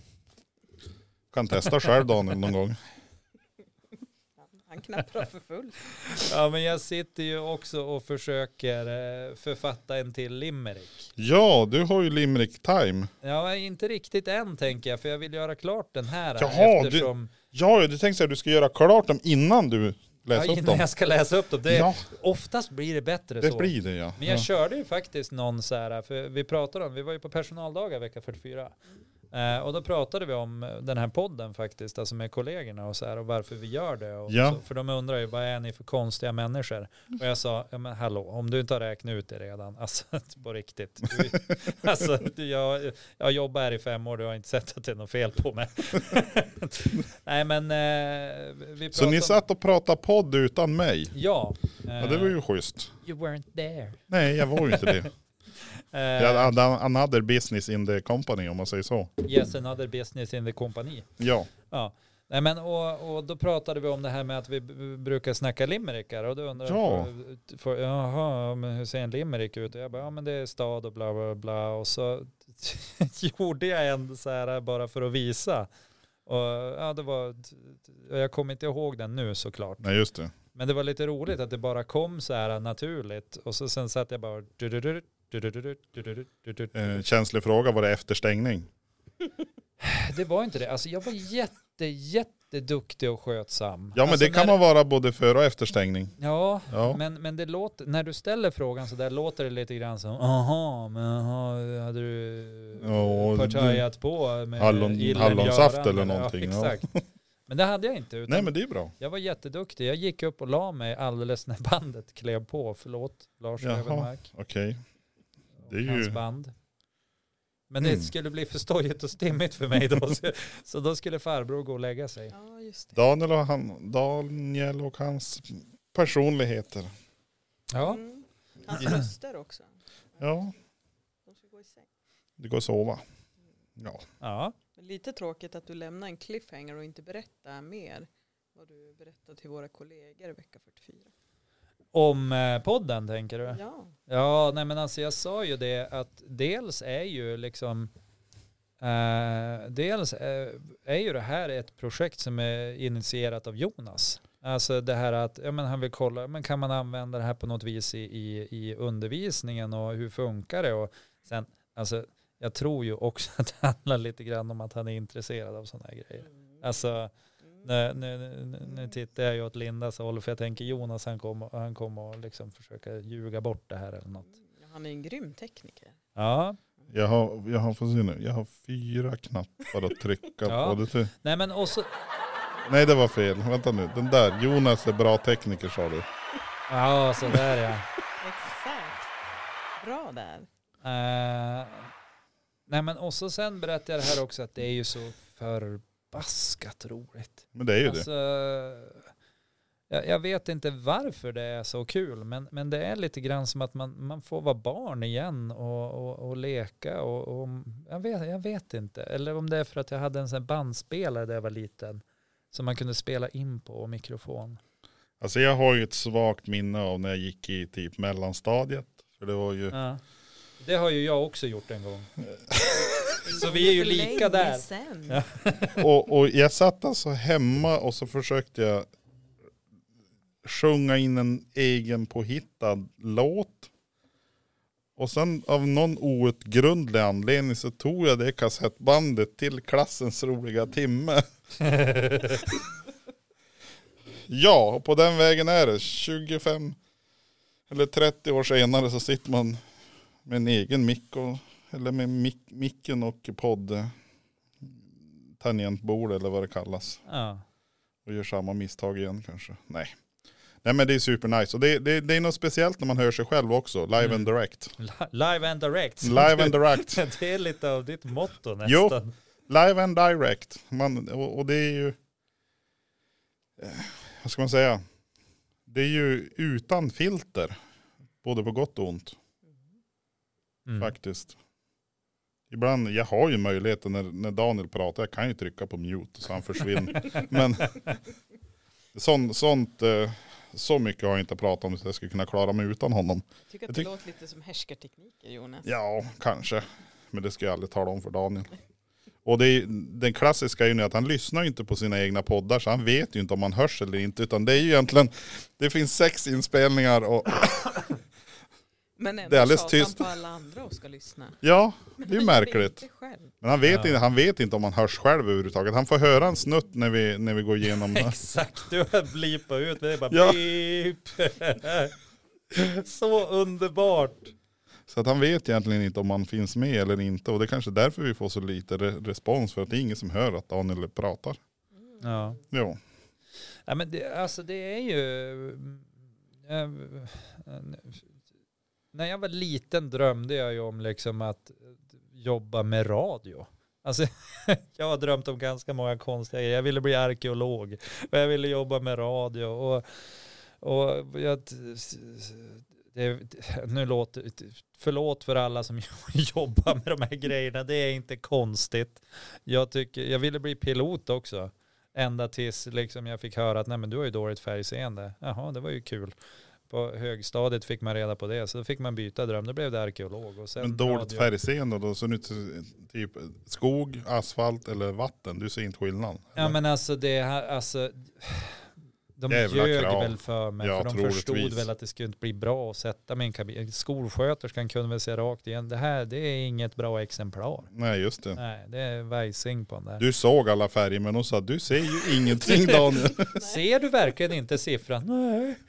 B: Kan testa själv Daniel någon gång.
C: Han- Han knappar för full.
A: Ja men jag sitter ju också och försöker eh, författa en till limerick.
B: Ja, du har ju Limerick time.
A: Ja, inte riktigt än tänker jag, för jag vill göra klart den här.
B: Jaha, du-
A: eftersom,
B: Ja, du tänkte att du ska göra klart dem innan du
A: ja,
B: läser upp
A: innan
B: dem.
A: jag ska läsa upp dem. Det,
B: Ja.
A: Oftast blir det bättre
B: Det
A: så.
B: blir det ja.
A: Men jag
B: ja.
A: körde ju faktiskt någon så här, för vi pratade om, vi var ju på personaldagar vecka 44. Eh, och då pratade vi om den här podden faktiskt, alltså med kollegorna och så här, och varför vi gör det. Och
B: Ja.
A: så, för de undrar ju, vad är ni för konstiga människor? Och jag sa, ja men hallå, om du inte har räknat ut det redan, alltså på riktigt. Du, alltså, du, jag, jag har jobbat här i fem år, du har inte sett att det är något fel på mig. Nej men, eh, vi pratade
B: Så ni
A: om-
B: satt och pratade podd utan mig?
A: Ja. eh,
B: Ja det var ju schysst.
A: You weren't there.
B: Nej jag var ju inte det.
A: Eh,
B: Jag hade another business in the company om man säger så.
A: Yes, another business in the company.
B: Ja.
A: Ja. Nej, men, och, och då pratade vi om det här med att vi b- brukar snacka limerickar och då undrar
B: Ja.
A: för, för, jaha, men hur ser en limerick ut? Och jag bara, ja men det är stad och bla bla bla och så gjorde jag en så här bara för att visa. Och, ja, det var, och jag kommer inte ihåg den nu såklart.
B: Nej just det.
A: Men det var lite roligt att det bara kom så här naturligt och så sen satt jag bara du-du-du, du-du-du, du-du-du, du-du-du.
B: Eh, känslig fråga, var det efter stängning?
A: Det var inte det. Alltså jag var jätte, jätteduktig och skötsam.
B: Ja men
A: alltså
B: det kan
A: när,
B: man vara både före och efter stängning.
A: Ja,
B: Ja.
A: men, men det låter, när du ställer frågan så där låter det lite grann som aha, men aha, hade du
B: Ja,
A: partajat på med
B: Hallon-
A: illen
B: hallonsaft
A: Göran?
B: eller någonting, ja.
A: Ja, exakt. Men det hade jag inte. Utan
B: Nej men det är bra.
A: Jag var jätteduktig. Jag gick upp och la mig alldeles när bandet klev på. Förlåt, Lars
B: Jaha.
A: Lövenmark.
B: Okej. Det är
A: och hans
B: ju-
A: band. Men
B: Mm.
A: det skulle bli för stojigt och stimmigt för mig då. Så, så då skulle farbror gå och lägga sig.
C: Ja, just det.
B: Daniel, och han, Daniel och hans personligheter.
A: Ja.
C: Mm. Hans röster också.
B: Ja,
C: De ska gå i säng.
B: det går att sova. Ja.
A: Ja,
C: Men lite tråkigt att du lämnar en cliffhanger och inte berättar mer vad du berättade till våra kollegor i vecka 44.
A: om eh, podden tänker du?
C: Ja,
A: Ja, nej men alltså jag sa ju det att dels är ju liksom eh, dels eh, är ju det här ett projekt som är initierat av Jonas. Alltså det här att ja, men han vill kolla, men kan man använda det här på något vis i, i, i undervisningen och hur funkar det? Och sen, alltså jag tror ju också att det handlar lite grann om att han är intresserad av sådana här grejer. Alltså
C: Mm.
A: Nu, nu, nu, nu tittar jag ju åt Lindas håll för jag tänker Jonas han kommer han kom och liksom försöka ljuga bort det här eller något.
C: Ja, Mm. han är en grym tekniker.
A: Ja,
B: Jag har, jag har, får se nu, jag har fyra knappar att trycka
A: Ja.
B: på. Det ty-
A: nej men och så,
B: Nej det var fel, vänta nu. Den där, Jonas är bra tekniker sa du.
A: ja så där ja.
C: Exakt. Bra där.
A: Eh, nej men och så sen berättade jag det här också att det är ju så för förbaskat roligt.
B: Men det är ju
A: Alltså, jag, jag vet inte varför det är så kul, men, men det är lite grann som att man, man får vara barn igen och, och, och leka. Och, och, jag, vet, jag vet inte. Eller om det är för att jag hade en sån här bandspelare där jag var liten som man kunde spela in på och mikrofon.
B: det. Alltså jag har ju ett svagt minne av när jag gick i typ mellanstadiet. För det var ju,
A: Ja. Det har ju jag också gjort en gång. Så vi är ju lika där.
C: Sen.
A: Ja.
B: och, och jag satt alltså hemma och så försökte jag sjunga in en egen påhittad låt. Och sen av någon outgrundlig anledning så tog jag det kassettbandet till klassens roliga timme. ja, och på den vägen är det. 25 eller 30 år senare så sitter man med en egen mick och, eller med mic- micken och podd eh, tangentbord eller vad det kallas
A: Ja.
B: och gör samma misstag igen kanske. Nej. Nej men det är supernice och det, det, det är något speciellt när man hör sig själv också, live
A: Mm.
B: and direct.
A: Li- Live and direct.
B: Live and direct.
A: Det är lite av ditt motto
B: Jo.
A: nästan.
B: Live and direct. Man, och, och det är ju, eh, vad ska man säga, det är ju utan filter. Både på gott och ont
A: Mm.
B: faktiskt. Ibland, jag har ju möjligheten när, när Daniel pratar, jag kan ju trycka på mute så han försvinner. Men sånt, sånt, eh, så mycket har jag inte pratat om så jag skulle kunna klara mig utan honom.
C: Jag tycker
B: Jag
C: att
B: tyck-
C: det låter lite som härskartekniker Jonas.
B: Ja, kanske. Men det ska jag aldrig tala om för Daniel. Och det är, den klassiska är ju nu att han lyssnar ju inte på sina egna poddar så han vet ju inte om han hörs eller inte. Utan det är ju egentligen, det finns sex inspelningar och
C: Men ändå
B: Det är alldeles
C: tjatar han
B: tyst.
C: på alla andra och ska lyssna.
B: ja, det är ju
C: Men
B: märkligt.
C: Inte själv.
B: Men han vet,
A: Ja.
B: inte, han vet inte om han hörs själv överhuvudtaget. Han får höra en snutt när vi, när vi går igenom.
A: Exakt, du har blipat ut. Det är bara
B: Ja.
A: beep. Så underbart.
B: Så att han vet egentligen inte om han finns med eller inte. Och det är kanske är därför vi får så lite re- respons. För att det är ingen som hör att Daniel pratar.
C: Mm.
A: Ja.
B: Jo.
A: Ja, men det, alltså det är ju... eh, eh, När jag var liten drömde jag ju om liksom att jobba med radio. Alltså, jag har drömt om ganska många konstiga grejer. Jag ville bli arkeolog och jag ville jobba med radio. Och, och jag, det, nu låter, förlåt för alla som jobbar med de här grejerna. Det är inte konstigt. Jag, tycker, jag ville bli pilot också. Ända tills liksom jag fick höra att nej men du har ju dåligt färgseende. Jaha, det var ju kul. På högstadiet fick man reda på det, så då fick man byta dröm. Då blev det arkeolog. Och sen
B: Men dåligt
A: radio.
B: färgseende då? Så nu typ skog, asfalt eller vatten? Du ser inte skillnad?
A: Ja men alltså det här, alltså de
B: Det är väl att
A: ljög
B: krav.
A: väl för mig, för
B: Ja,
A: de förstod
B: troligtvis.
A: väl att det skulle inte bli bra att sätta mig i en kabin. Skolsköterskan kunde väl se rakt igen, det här det är inget bra exemplar.
B: Nej just det.
A: Nej, det är vajsing på den där.
B: Du såg alla färger men hon sa du ser ju ingenting Daniel.
A: Ser du verkligen inte siffran? Nej.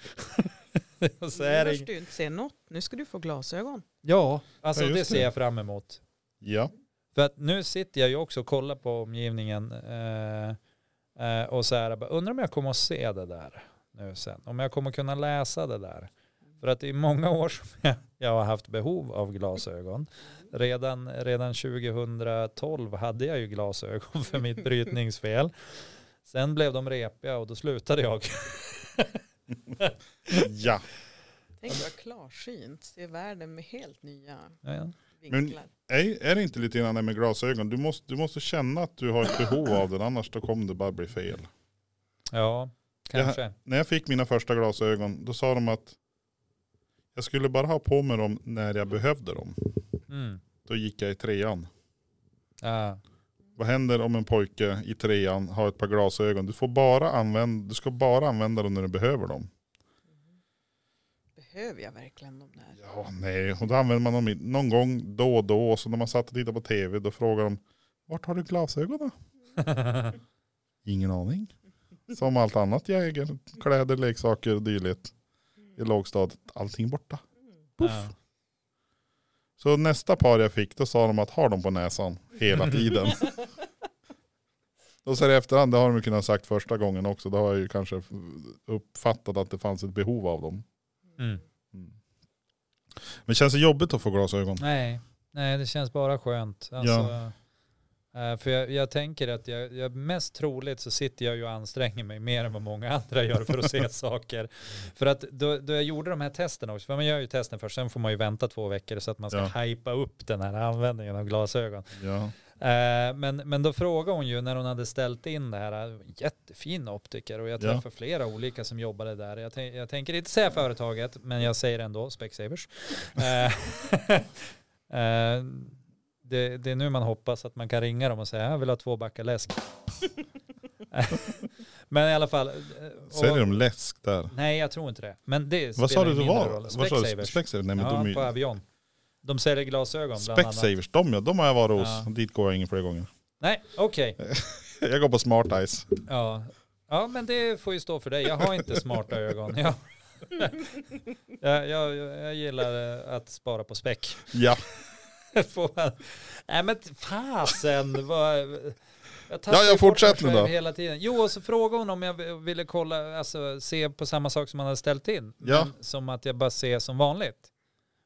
A: Och så är
C: nu
A: det,
C: hörs du inte se något. Nu ska du få glasögon.
A: ja, alltså
B: Ja, just
A: det ser
B: det.
A: jag fram emot.
B: Ja.
A: För att nu sitter jag ju också och kollar på omgivningen eh, eh, och så här, bara, undrar om jag kommer att se det där nu sen. Om jag kommer att kunna läsa det där. För att det är många år som jag, jag har haft behov av glasögon. Redan, redan 2012 hade jag ju glasögon för mitt brytningsfel. Sen blev de repiga och då slutade jag.
B: Ja.
C: Tänk vad klarsynt. Se världen med helt nya
A: Ja, ja.
C: vinklar.
B: Är, är det inte lite grann det med glasögon? Du måste, du måste känna att du har ett behov av den annars då kommer det bara bli fel.
A: Ja, kanske.
B: När jag fick mina första glasögon då sa de att jag skulle bara ha på mig dem när jag behövde dem.
A: Mm.
B: Då gick jag i trean.
A: Ja.
B: Vad händer om en pojke i trean har ett par glasögon? Du, får bara använda, du ska bara använda dem när du behöver dem.
C: Mhm. Behöver jag verkligen de där?
B: Ja, nej. Och då använder man dem i- någon gång då och då. Och så när man satt och tittade på tv då frågar de, vart har du glasögonen? Ingen aning. Som allt annat jag äger, kläder, leksaker och dylikt i lågstadiet, allting borta.
A: ja.
B: Så nästa par jag fick, då sa de att har dem på näsan hela tiden. Då så här i efterhand, det har de ju kunnat sagt första gången också. Då har jag ju kanske uppfattat att det fanns ett behov av dem.
A: Mm.
B: Men känns det jobbigt att få glasögon?
A: Nej, nej det känns bara skönt. Alltså, Eh, För jag, jag tänker att jag, jag mest troligt så sitter jag ju och anstränger mig mer än vad många andra gör för att se saker. För att då, då jag gjorde de här testerna också, för man gör ju testen först, sen får man ju vänta två veckor så att man ska
B: Ja.
A: hypa upp den här användningen av glasögon.
B: Ja.
A: Eh, Men, men då frågade hon ju när hon hade ställt in det här, eh, jättefin optiker och jag
B: Ja.
A: träffade flera olika som jobbade där. Jag, tän- jag tänker inte säga företaget, men jag säger ändå Specsavers. Eh, eh, det, det är nu man hoppas att man kan ringa dem och säga jag vill ha två backar läsk. men i alla fall. eh,
B: Säljer
A: och-
B: de läsk där?
A: Nej, jag tror inte det. Men det
B: Vad sa
A: spelar
B: du det
A: mindre
B: var?
A: roll.
B: Vad sa du?
A: Specsavers.
B: Specsavers? Nej men
A: ja,
B: de är
A: på
B: ju...
A: Avion. De säljer glasögon bland annat.
B: Specsavers, de ja, de har jag varit hos.
A: Ja.
B: Dit går jag ingen fler gånger.
A: Nej, okej.
B: Jag går på Smart Eyes.
A: Ja. ja, men det får ju stå för dig. Jag har inte smarta ögon. Jag, jag, jag, jag gillar eh, att spara på späck.
B: Ja,
A: Får man- Nej men fasen. Vad... Jag
B: Ja, jag fortsätter
A: nu
B: då.
A: Hela tiden. Jo, och så frågade hon om jag v- ville kolla, alltså se på samma sak som man hade ställt in.
B: Ja.
A: Men som att jag bara ser som vanligt.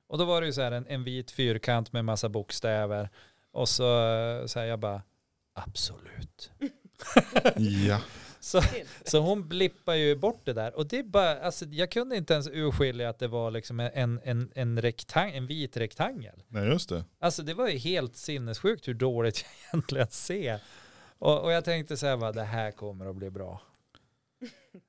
A: Och då var det ju så här en, en vit fyrkant med massa bokstäver. Och så, eh, så här, jag bara, absolut.
B: ja.
A: Så, så hon blippar ju bort det där. Och det är bara, alltså, jag kunde inte ens urskilja att det var liksom en, en, en, rektang, en vit rektangel.
B: Nej just det.
A: Alltså det var ju helt sinnessjukt hur dåligt jag egentligen ser. Och, och jag tänkte så här, bara, det här kommer att bli bra.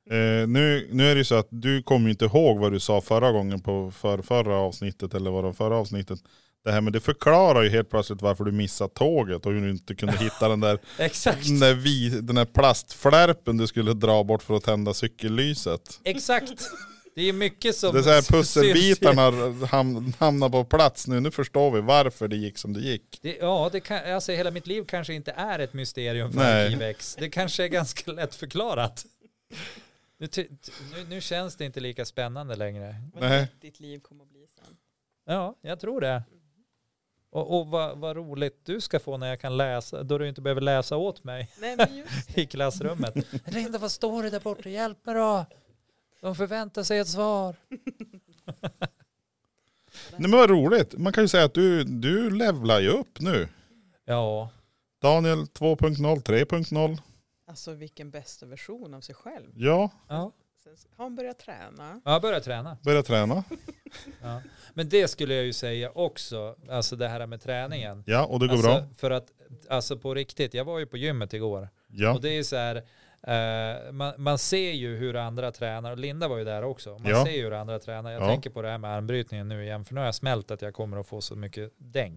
B: Eh, nu, nu är det ju så att du kommer ju inte ihåg vad du sa förra gången på för, förra avsnittet eller vad det var förra avsnittet. Det här men det förklarar ju helt plötsligt varför du missade tåget och hur du inte kunde hitta den där,
A: Exakt,
B: den där, vi, den där plastflärpen du skulle dra bort för att tända cykellyset.
A: exakt. Det är mycket som...
B: Det är så här
A: syns
B: pusselbitarna ham, hamnar på plats nu. Nu förstår vi varför det gick som det gick.
A: i- Det, ja, det kan, alltså hela mitt liv kanske inte är ett mysterium för
B: Nej.
A: Arkivex. Det kanske är ganska lätt förklarat. Nu, ty- nu, nu känns det inte lika spännande längre.
C: Vad
B: Nej.
C: lätt ditt liv kommer att bli sen.
A: Ja, jag tror det. Och, och vad, vad roligt du ska få när jag kan läsa, då du inte behöver läsa åt mig
C: Nej men just
A: i
C: det.
A: klassrummet. Linda, vad står det där borta? Hjälp mig då! De förväntar sig ett svar.
B: Nej men vad roligt. Man kan ju säga att du, du levlar ju upp nu.
A: Ja,
B: Daniel 2.0, 3.0.
C: Alltså vilken bästa version av sig själv.
B: Ja,
A: ja.
C: Sen har han börjat träna.
A: jag börjar träna.
B: börja träna.
A: Ja. Men det skulle jag ju säga också, alltså det här med träningen.
B: Ja, och det går
A: alltså,
B: bra.
A: För att, alltså på riktigt, jag var ju på gymmet igår.
B: Ja.
A: Och det är så här, eh, man, man ser ju hur andra tränar, och Linda var ju där också, man
B: Ja.
A: ser ju hur andra tränar. Jag
B: Ja.
A: tänker på det här med armbrytningen nu igen, för nu har jag smält att jag kommer att få så mycket däng.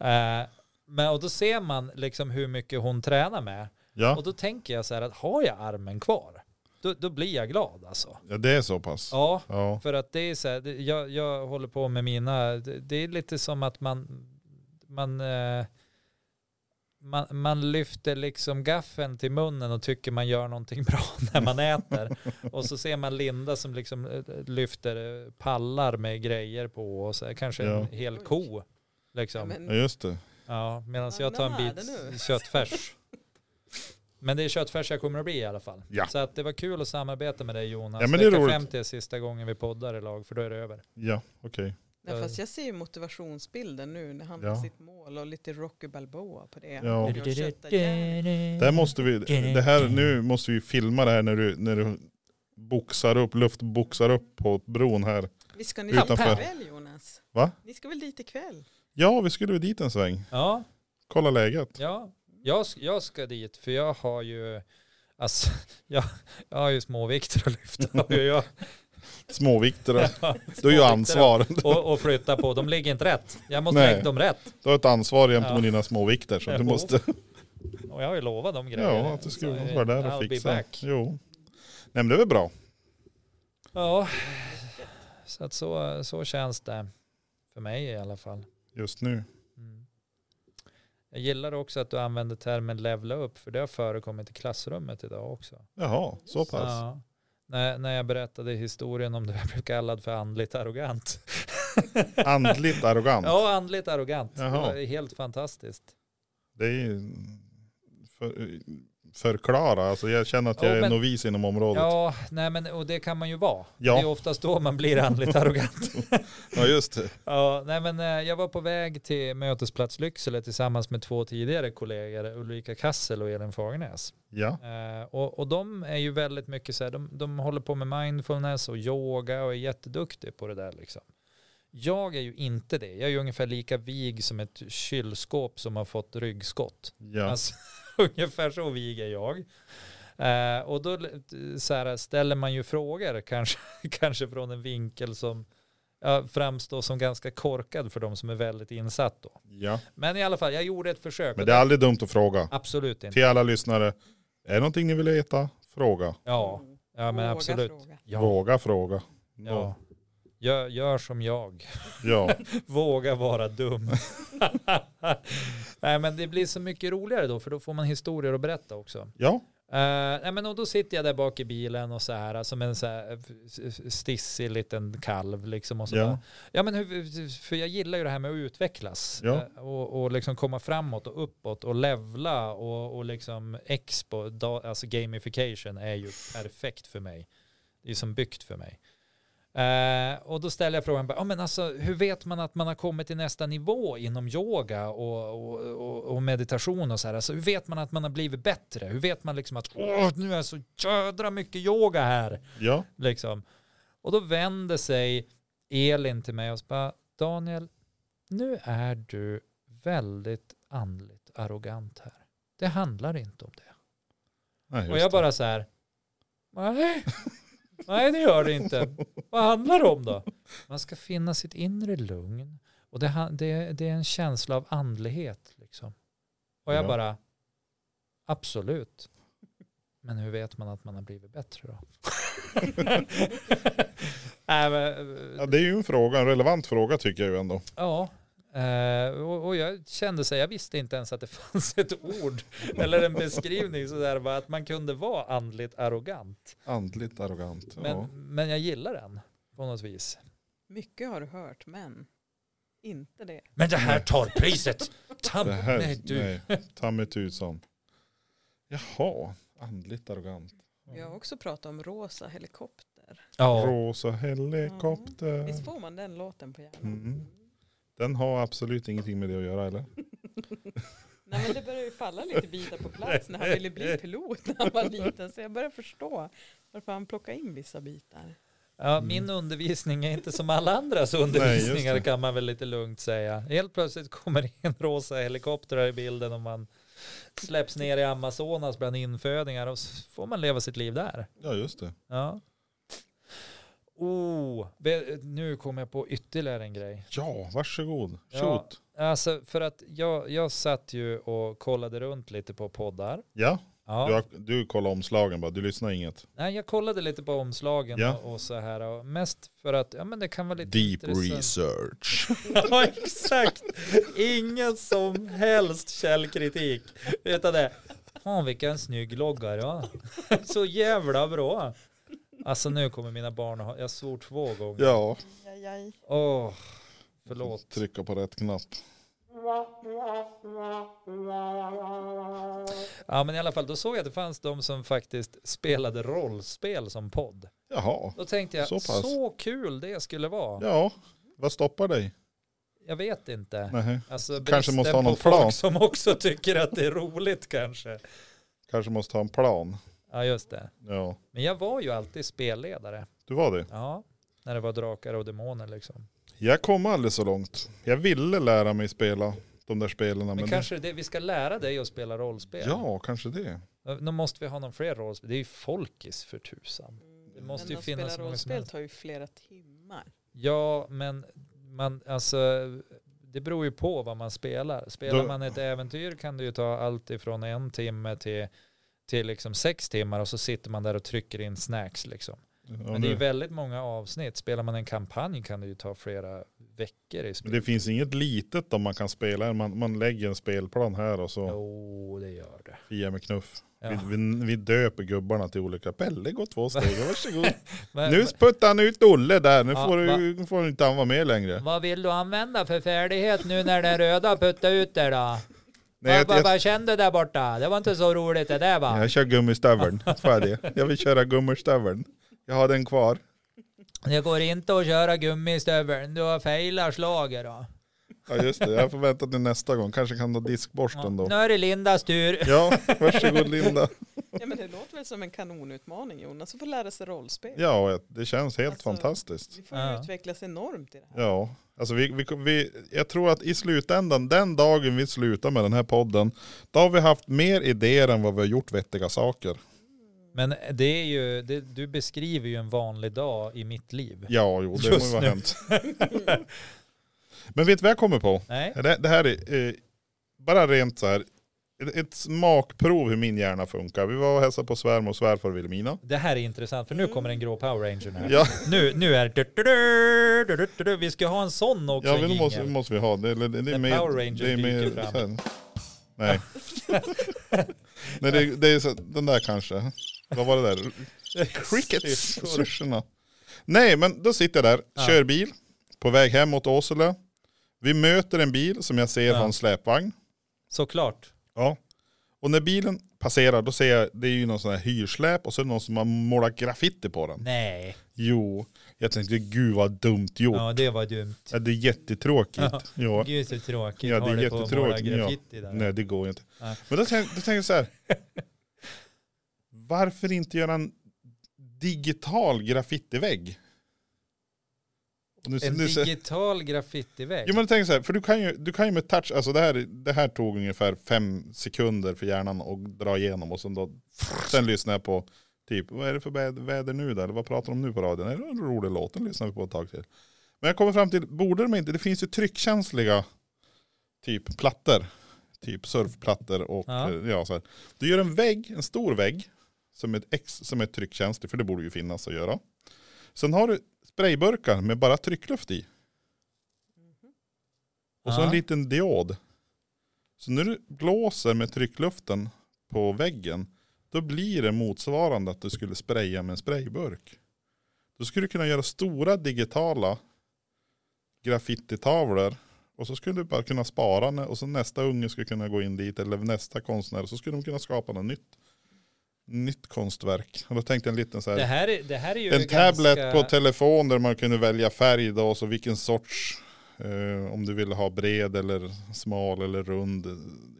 A: Eh, men, och då ser man liksom hur mycket hon tränar med.
B: Ja.
A: Och då tänker jag så här att har jag armen kvar, då, då blir jag glad alltså.
B: ja, det är så pass.
A: Ja,
B: Ja.
A: för att det är så här, det- jag, jag håller på med mina, det, det är lite som att man, man, eh, man, man lyfter liksom gaffeln till munnen och tycker man gör någonting bra när man äter. och så ser man Linda som liksom eh, lyfter eh, pallar med grejer på och så här, kanske en
B: Ja.
A: hel ko. Liksom.
B: ja,
C: Men,
B: just det.
A: Ja, Medan jag tar en
C: Anna, det nu.
A: bit köttfärs. Men det är köttfärs jag kommer att bli i alla fall.
B: Ja.
A: Så att det var kul att samarbeta med dig Jonas.
B: Ja, men det är
A: Vecka
B: roligt.
A: 50 är sista gången vi poddar i lag för då är det över.
B: Ja, okej.
C: nej, fast jag ser ju motivationsbilden nu när han har
B: eh, Ja.
C: sitt mål och lite Rocky Balboa på det.
B: Ja.
C: Och kötta järn.
B: Det här
A: Mm.
B: måste vi, det här, nu måste vi filma det här när du, när du boxar upp, luftboxar upp på bron här.
C: Vi ska ni dit
B: Utanför.
C: ikväll Jonas?
B: Va?
C: Ni ska väl dit ikväll?
B: Ja, vi skulle dit en sväng.
A: Ja,
B: Kolla läget.
A: ja. Jag, sk- jag ska dit för jag har ju, alltså, jag, jag har ju småvikter att lyfta. Och, jag,
B: Småvikter, då. du har ju
A: småvikter
B: ansvar.
A: Och, och flytta på, de ligger inte rätt. Jag måste
B: Nej.
A: lägga dem rätt.
B: Du har ett ansvar
A: Ja.
B: gentemot dina småvikter. Så du
A: Jo,
B: måste,
A: Och jag har ju lovat dem grejer.
B: ja, att du ska
A: Så, eh,
B: vara där
A: I'll
B: och
A: be
B: fixa.
A: back.
B: Jo. Nej men det är väl bra.
A: Ja, så, att så, så känns det. För mig i alla fall.
B: Just nu.
A: Mm. Jag gillar också att du använder termen levla upp, för det har förekommit i klassrummet idag också.
B: Jaha, så pass.
A: Ja. När, när jag berättade historien om det jag blev kallad för andligt arrogant.
B: Andligt arrogant.
A: Ja, andligt arrogant.
B: Jaha.
A: Det var helt fantastiskt.
B: Det är ju för, förklara. Alltså jag känner att
A: Jo,
B: jag är
A: men-
B: novis inom området. Ja,
A: Ja, nej men och det kan man ju vara.
B: Ja.
A: Det är oftast då man blir andligt arrogant.
B: just det.
A: Ja, nej men eh, jag var på väg till Mötesplats Lycksele tillsammans med två tidigare kollegor, Ulrika Kassel och Elin Fagernäs.
B: Ja,
A: Eh, och, och de är ju väldigt mycket så här, de, de håller på med mindfulness och yoga och är jätteduktig på det där liksom. Jag är ju inte det. Jag är ju ungefär lika vig som ett kylskåp som har fått ryggskott.
B: ja.
A: Alltså, ungefär så vig är jag. Eh, och då eh, så här, ställer man ju frågor, kanske, kanske från en vinkel som ja, framstår som ganska korkad för de som är väldigt insatt då.
B: ja.
A: Men i alla fall, jag gjorde ett försök.
B: Men
A: och
B: det är aldrig dumt att fråga.
A: Absolut inte.
B: Till alla lyssnare, är det någonting ni vill veta? Fråga.
A: Ja,
C: Mm.
A: ja men
C: Våga
A: absolut.
C: fråga.
A: Ja,
B: Våga fråga.
A: ja. Gör, gör som jag.
B: ja.
A: Våga vara dum. Nej men det blir så mycket roligare då för då får man historier att berätta också.
B: ja.
A: Eh, nej men och då sitter jag där bak i bilen och så här, som en så här eh, stissig liten kalv liksom. Och så
B: Ja.
A: ja. ja men hur, för jag gillar ju det här med att utvecklas.
B: Ja.
A: Eh, och, och liksom komma framåt och uppåt och levla och, och liksom expo, da, alltså gamification är ju perfekt för mig. Det är som byggt för mig. Eh, och då ställer jag frågan, bara, "Ja, men alltså, hur vet man att man har kommit till nästa nivå inom yoga och, och, och, och meditation och så här? Alltså, hur vet man att man har blivit bättre? Hur vet man liksom att Åh, nu är det så jädra mycket yoga här?
B: Ja.
A: Liksom. Och då vänder sig Elin till mig och så bara, Daniel, nu är du väldigt andligt arrogant här. Det handlar inte om det.
B: Nej,
A: Och
B: just
A: jag
B: det.
A: bara så här, nej, nej det gör det inte. Vad handlar det om då? Man ska finna sitt inre lugn och det, han- det, det är en känsla av andlighet. Liksom. Och jag
B: Ja.
A: bara, absolut. Men hur vet man att man har blivit bättre då? nej, men,
B: Ja, det är ju en fråga, en relevant fråga tycker jag ju ändå.
A: ja. eh, och, och jag kände så här, jag visste inte ens att det fanns ett ord eller en beskrivning sådär, bara att man kunde vara andligt arrogant.
B: Andligt arrogant.
A: Men,
B: Ja.
A: men jag gillar den på något vis.
C: Mycket har du hört, men inte det.
A: Men det
B: här
A: tar priset!
B: Det här, nej, ta mig tusan. Jaha, andligt arrogant.
C: Vi
B: Mm.
C: har också pratat om rosa helikopter.
A: Ja,
B: Rosa helikopter.
C: Mm. Visst får man den låten på hjärnan?
B: Mm. Den har absolut ingenting med det att göra eller?
C: Nej men det börjar ju falla lite bitar på plats när han ville bli pilot när han var liten. Så jag börjar förstå varför han plockade in vissa bitar.
A: ja, min undervisning är inte som alla andras
B: Mm. Nej,
A: undervisningar
B: just det.
A: kan man väl lite lugnt säga. Helt plötsligt kommer det in rosa helikoptrar i bilden och man släpps ner i Amazonas bland infödingar och så får man leva sitt liv där.
B: Ja just det.
A: Ja. Oh, ve- nu kom jag på ytterligare en grej.
B: Ja, varsågod.
A: Ja.
B: Shoot.
A: Alltså för att jag, jag satt ju och kollade runt lite på poddar.
B: Ja,
A: Ja.
B: Du, har, du kollar omslagen bara, du lyssnar inget.
A: Nej, jag kollade lite på omslagen
B: Ja.
A: och, och så här. Och mest för att ja, men det kan vara lite
B: Deep
A: intressant.
B: research.
A: ja, exakt. Ingen som helst källkritik. Utan det. Fan vilken snygg logga du har. Så jävla bra. Alltså nu kommer mina barn att ha, jag svor två gånger.
B: Ja,
C: Aj, aj.
A: Åh, förlåt.
B: trycka på rätt knapp.
A: Ja men i alla fall, då såg jag att det fanns de som faktiskt spelade rollspel som podd.
B: Jaha,
A: Då tänkte jag,
B: Så
A: så,
B: pass.
A: kul det skulle vara.
B: ja. Vad stoppar dig?
A: Jag vet inte.
B: Nej.
A: Alltså
B: Kanske
A: bristen
B: måste ha någon
A: på folk
B: plan.
A: som också tycker att det är roligt kanske.
B: Kanske måste ha en plan.
A: Ja just det.
B: Ja,
A: Men jag var ju alltid spelledare.
B: du var det.
A: Ja, när det var drakar och demoner liksom.
B: Jag kom aldrig så långt. Jag ville lära mig spela de där spelen. Men,
A: Men, kanske det, vi ska lära dig att spela
B: det,
A: rollspel.
B: Ja, kanske det.
A: Nu måste vi ha någon fler rollspel. Det är ju folkis för tusan. Det måste ju
C: men att
A: finnas
C: spela
A: så många som
C: rollspel
A: helst.
C: tar ju flera timmar.
A: Ja, men man, alltså, det beror ju på vad man spelar. Spelar
B: Då-
A: man ett äventyr kan det ju ta allt ifrån en timme till, till liksom sex timmar och så sitter man där och trycker in snacks liksom.
B: Ja,
A: Men det är ju väldigt många avsnitt. Spelar man en kampanj kan det ju ta flera veckor i
B: Men
A: spel.
B: det finns inget litet om man kan spela. Man, man lägger en spelplan här och så
A: Jo, det gör det.
B: fia med knuff.
A: Ja.
B: Vi, vi, vi döper gubbarna till olika. Pelle går två steg, varsågod.
A: Men,
B: nu sputtar han ut Olle där, nu
A: Ja,
B: får, du, nu får du inte han vara med längre.
A: vad vill du använda för färdighet nu när den röda puttar ut där då?
B: Nej, jag,
A: vad, vad,
B: jag,
A: vad kände du där borta? Det var inte så roligt det där va?
B: jag kör gummistöveln. Så är det. Jag vill köra gummistöveln. Jag har den kvar.
A: Det går inte att köra gummistöveln. Du har failat slaget då.
B: Ja just det, jag får vänta till nästa gång. Kanske kan ta diskborsten då.
A: Nu är det Lindas tur.
B: Ja, varsågod Linda.
C: Ja, men det låter väl som en kanonutmaning Jonas, att få lära sig rollspel.
B: Ja, det känns helt
C: Alltså-
B: fantastiskt.
C: Vi får ju
A: Ja.
C: utvecklas enormt i det här.
B: Ja, alltså vi, vi, vi, jag tror att i slutändan, den dagen vi slutar med den här podden, då har vi haft mer idéer än vad vi har gjort vettiga saker.
A: Men det är ju, det, du beskriver ju en vanlig dag i mitt liv.
B: Ja, jo, det
A: Just
B: må ju vara
A: nu.
B: hänt. Men vet du vad jag kommer på?
A: Nej?
B: Det, det här är eh, bara rent så här, ett, ett smakprov hur min hjärna funkar. Vi var och hälsade på svärmor och svärfar i Vilhelmina.
A: Det här är intressant för nu kommer en grå Power Ranger här.
B: Ja,
A: Nu, nu är det... du- du- du- du- du- du. Vi ska ha en sån också.
B: ja
A: en
B: men det måste,
A: jingle.
B: måste vi ha. Det, det, det, det
A: När
B: är mer,
A: Power Ranger
B: det är mer,
A: dyker fram.
B: Nej. Nej det, det är så, den där kanske. Vad var det där? Crickets.
A: Syrsor.
B: Syrsorna. Nej, men då sitter jag där,
A: Ja.
B: kör bil, på väg hem mot Åsele. Vi möter en bil som jag ser
A: Ja.
B: har en släpvagn.
A: Såklart.
B: Ja. Och när bilen passerar, då ser jag, det är ju någon sån här hyrsläp och så är det någon som har målat graffiti på den.
A: Nej.
B: Jo, jag tänkte gud vad dumt gjort. Ja.
A: Ja, det var dumt.
B: det är jättetråkigt.
A: Ja.
B: Ja.
A: Gud så tråkigt.
B: Ja, det
A: Har
B: är
A: du på att måla
B: jättetråkigt, ja.
A: graffiti där?
B: Nej det går ju inte.
A: Nej.
B: Men då tänk- då tänker jag så här. Varför inte göra en digital graffitivägg? Och Nu,
A: En
B: nu, så-
A: digital graffitivägg?
B: Jo men tänk så här, för du kan ju, du kan ju med touch, alltså det här, det här tog ungefär fem sekunder för hjärnan att dra igenom och sen då, sen lyssnar jag på typ, vad är det för väd- väder nu där, eller vad pratar de nu på radion, är det en rolig låt, den lyssnar vi på ett tag till. Men jag kommer fram till, borde de inte, det finns ju tryckkänsliga typ plattor, typ surfplattor och
A: Ja.
B: ja, ja så här. Du gör en vägg, en stor vägg, som är, ett ex, som är tryckkänslig, för det borde ju finnas att göra. Sen har du sprayburkar med bara tryckluft i. Och så
A: Ja.
B: en liten diod. Så när du blåser med tryckluften på väggen, då blir det motsvarande att du skulle spraya med en sprayburk. Då skulle du kunna göra stora digitala graffititavlor och så skulle du bara kunna spara när- och så nästa unge skulle kunna gå in dit eller nästa konstnär så skulle de kunna skapa något nytt, nytt konstverk. Och då tänkte jag en liten så här,
A: det, här är, det här är ju
B: en
A: ganska...
B: tablet på telefon där man kunde välja färg då, och så vilken sorts, eh, om du ville ha bred eller smal eller rund.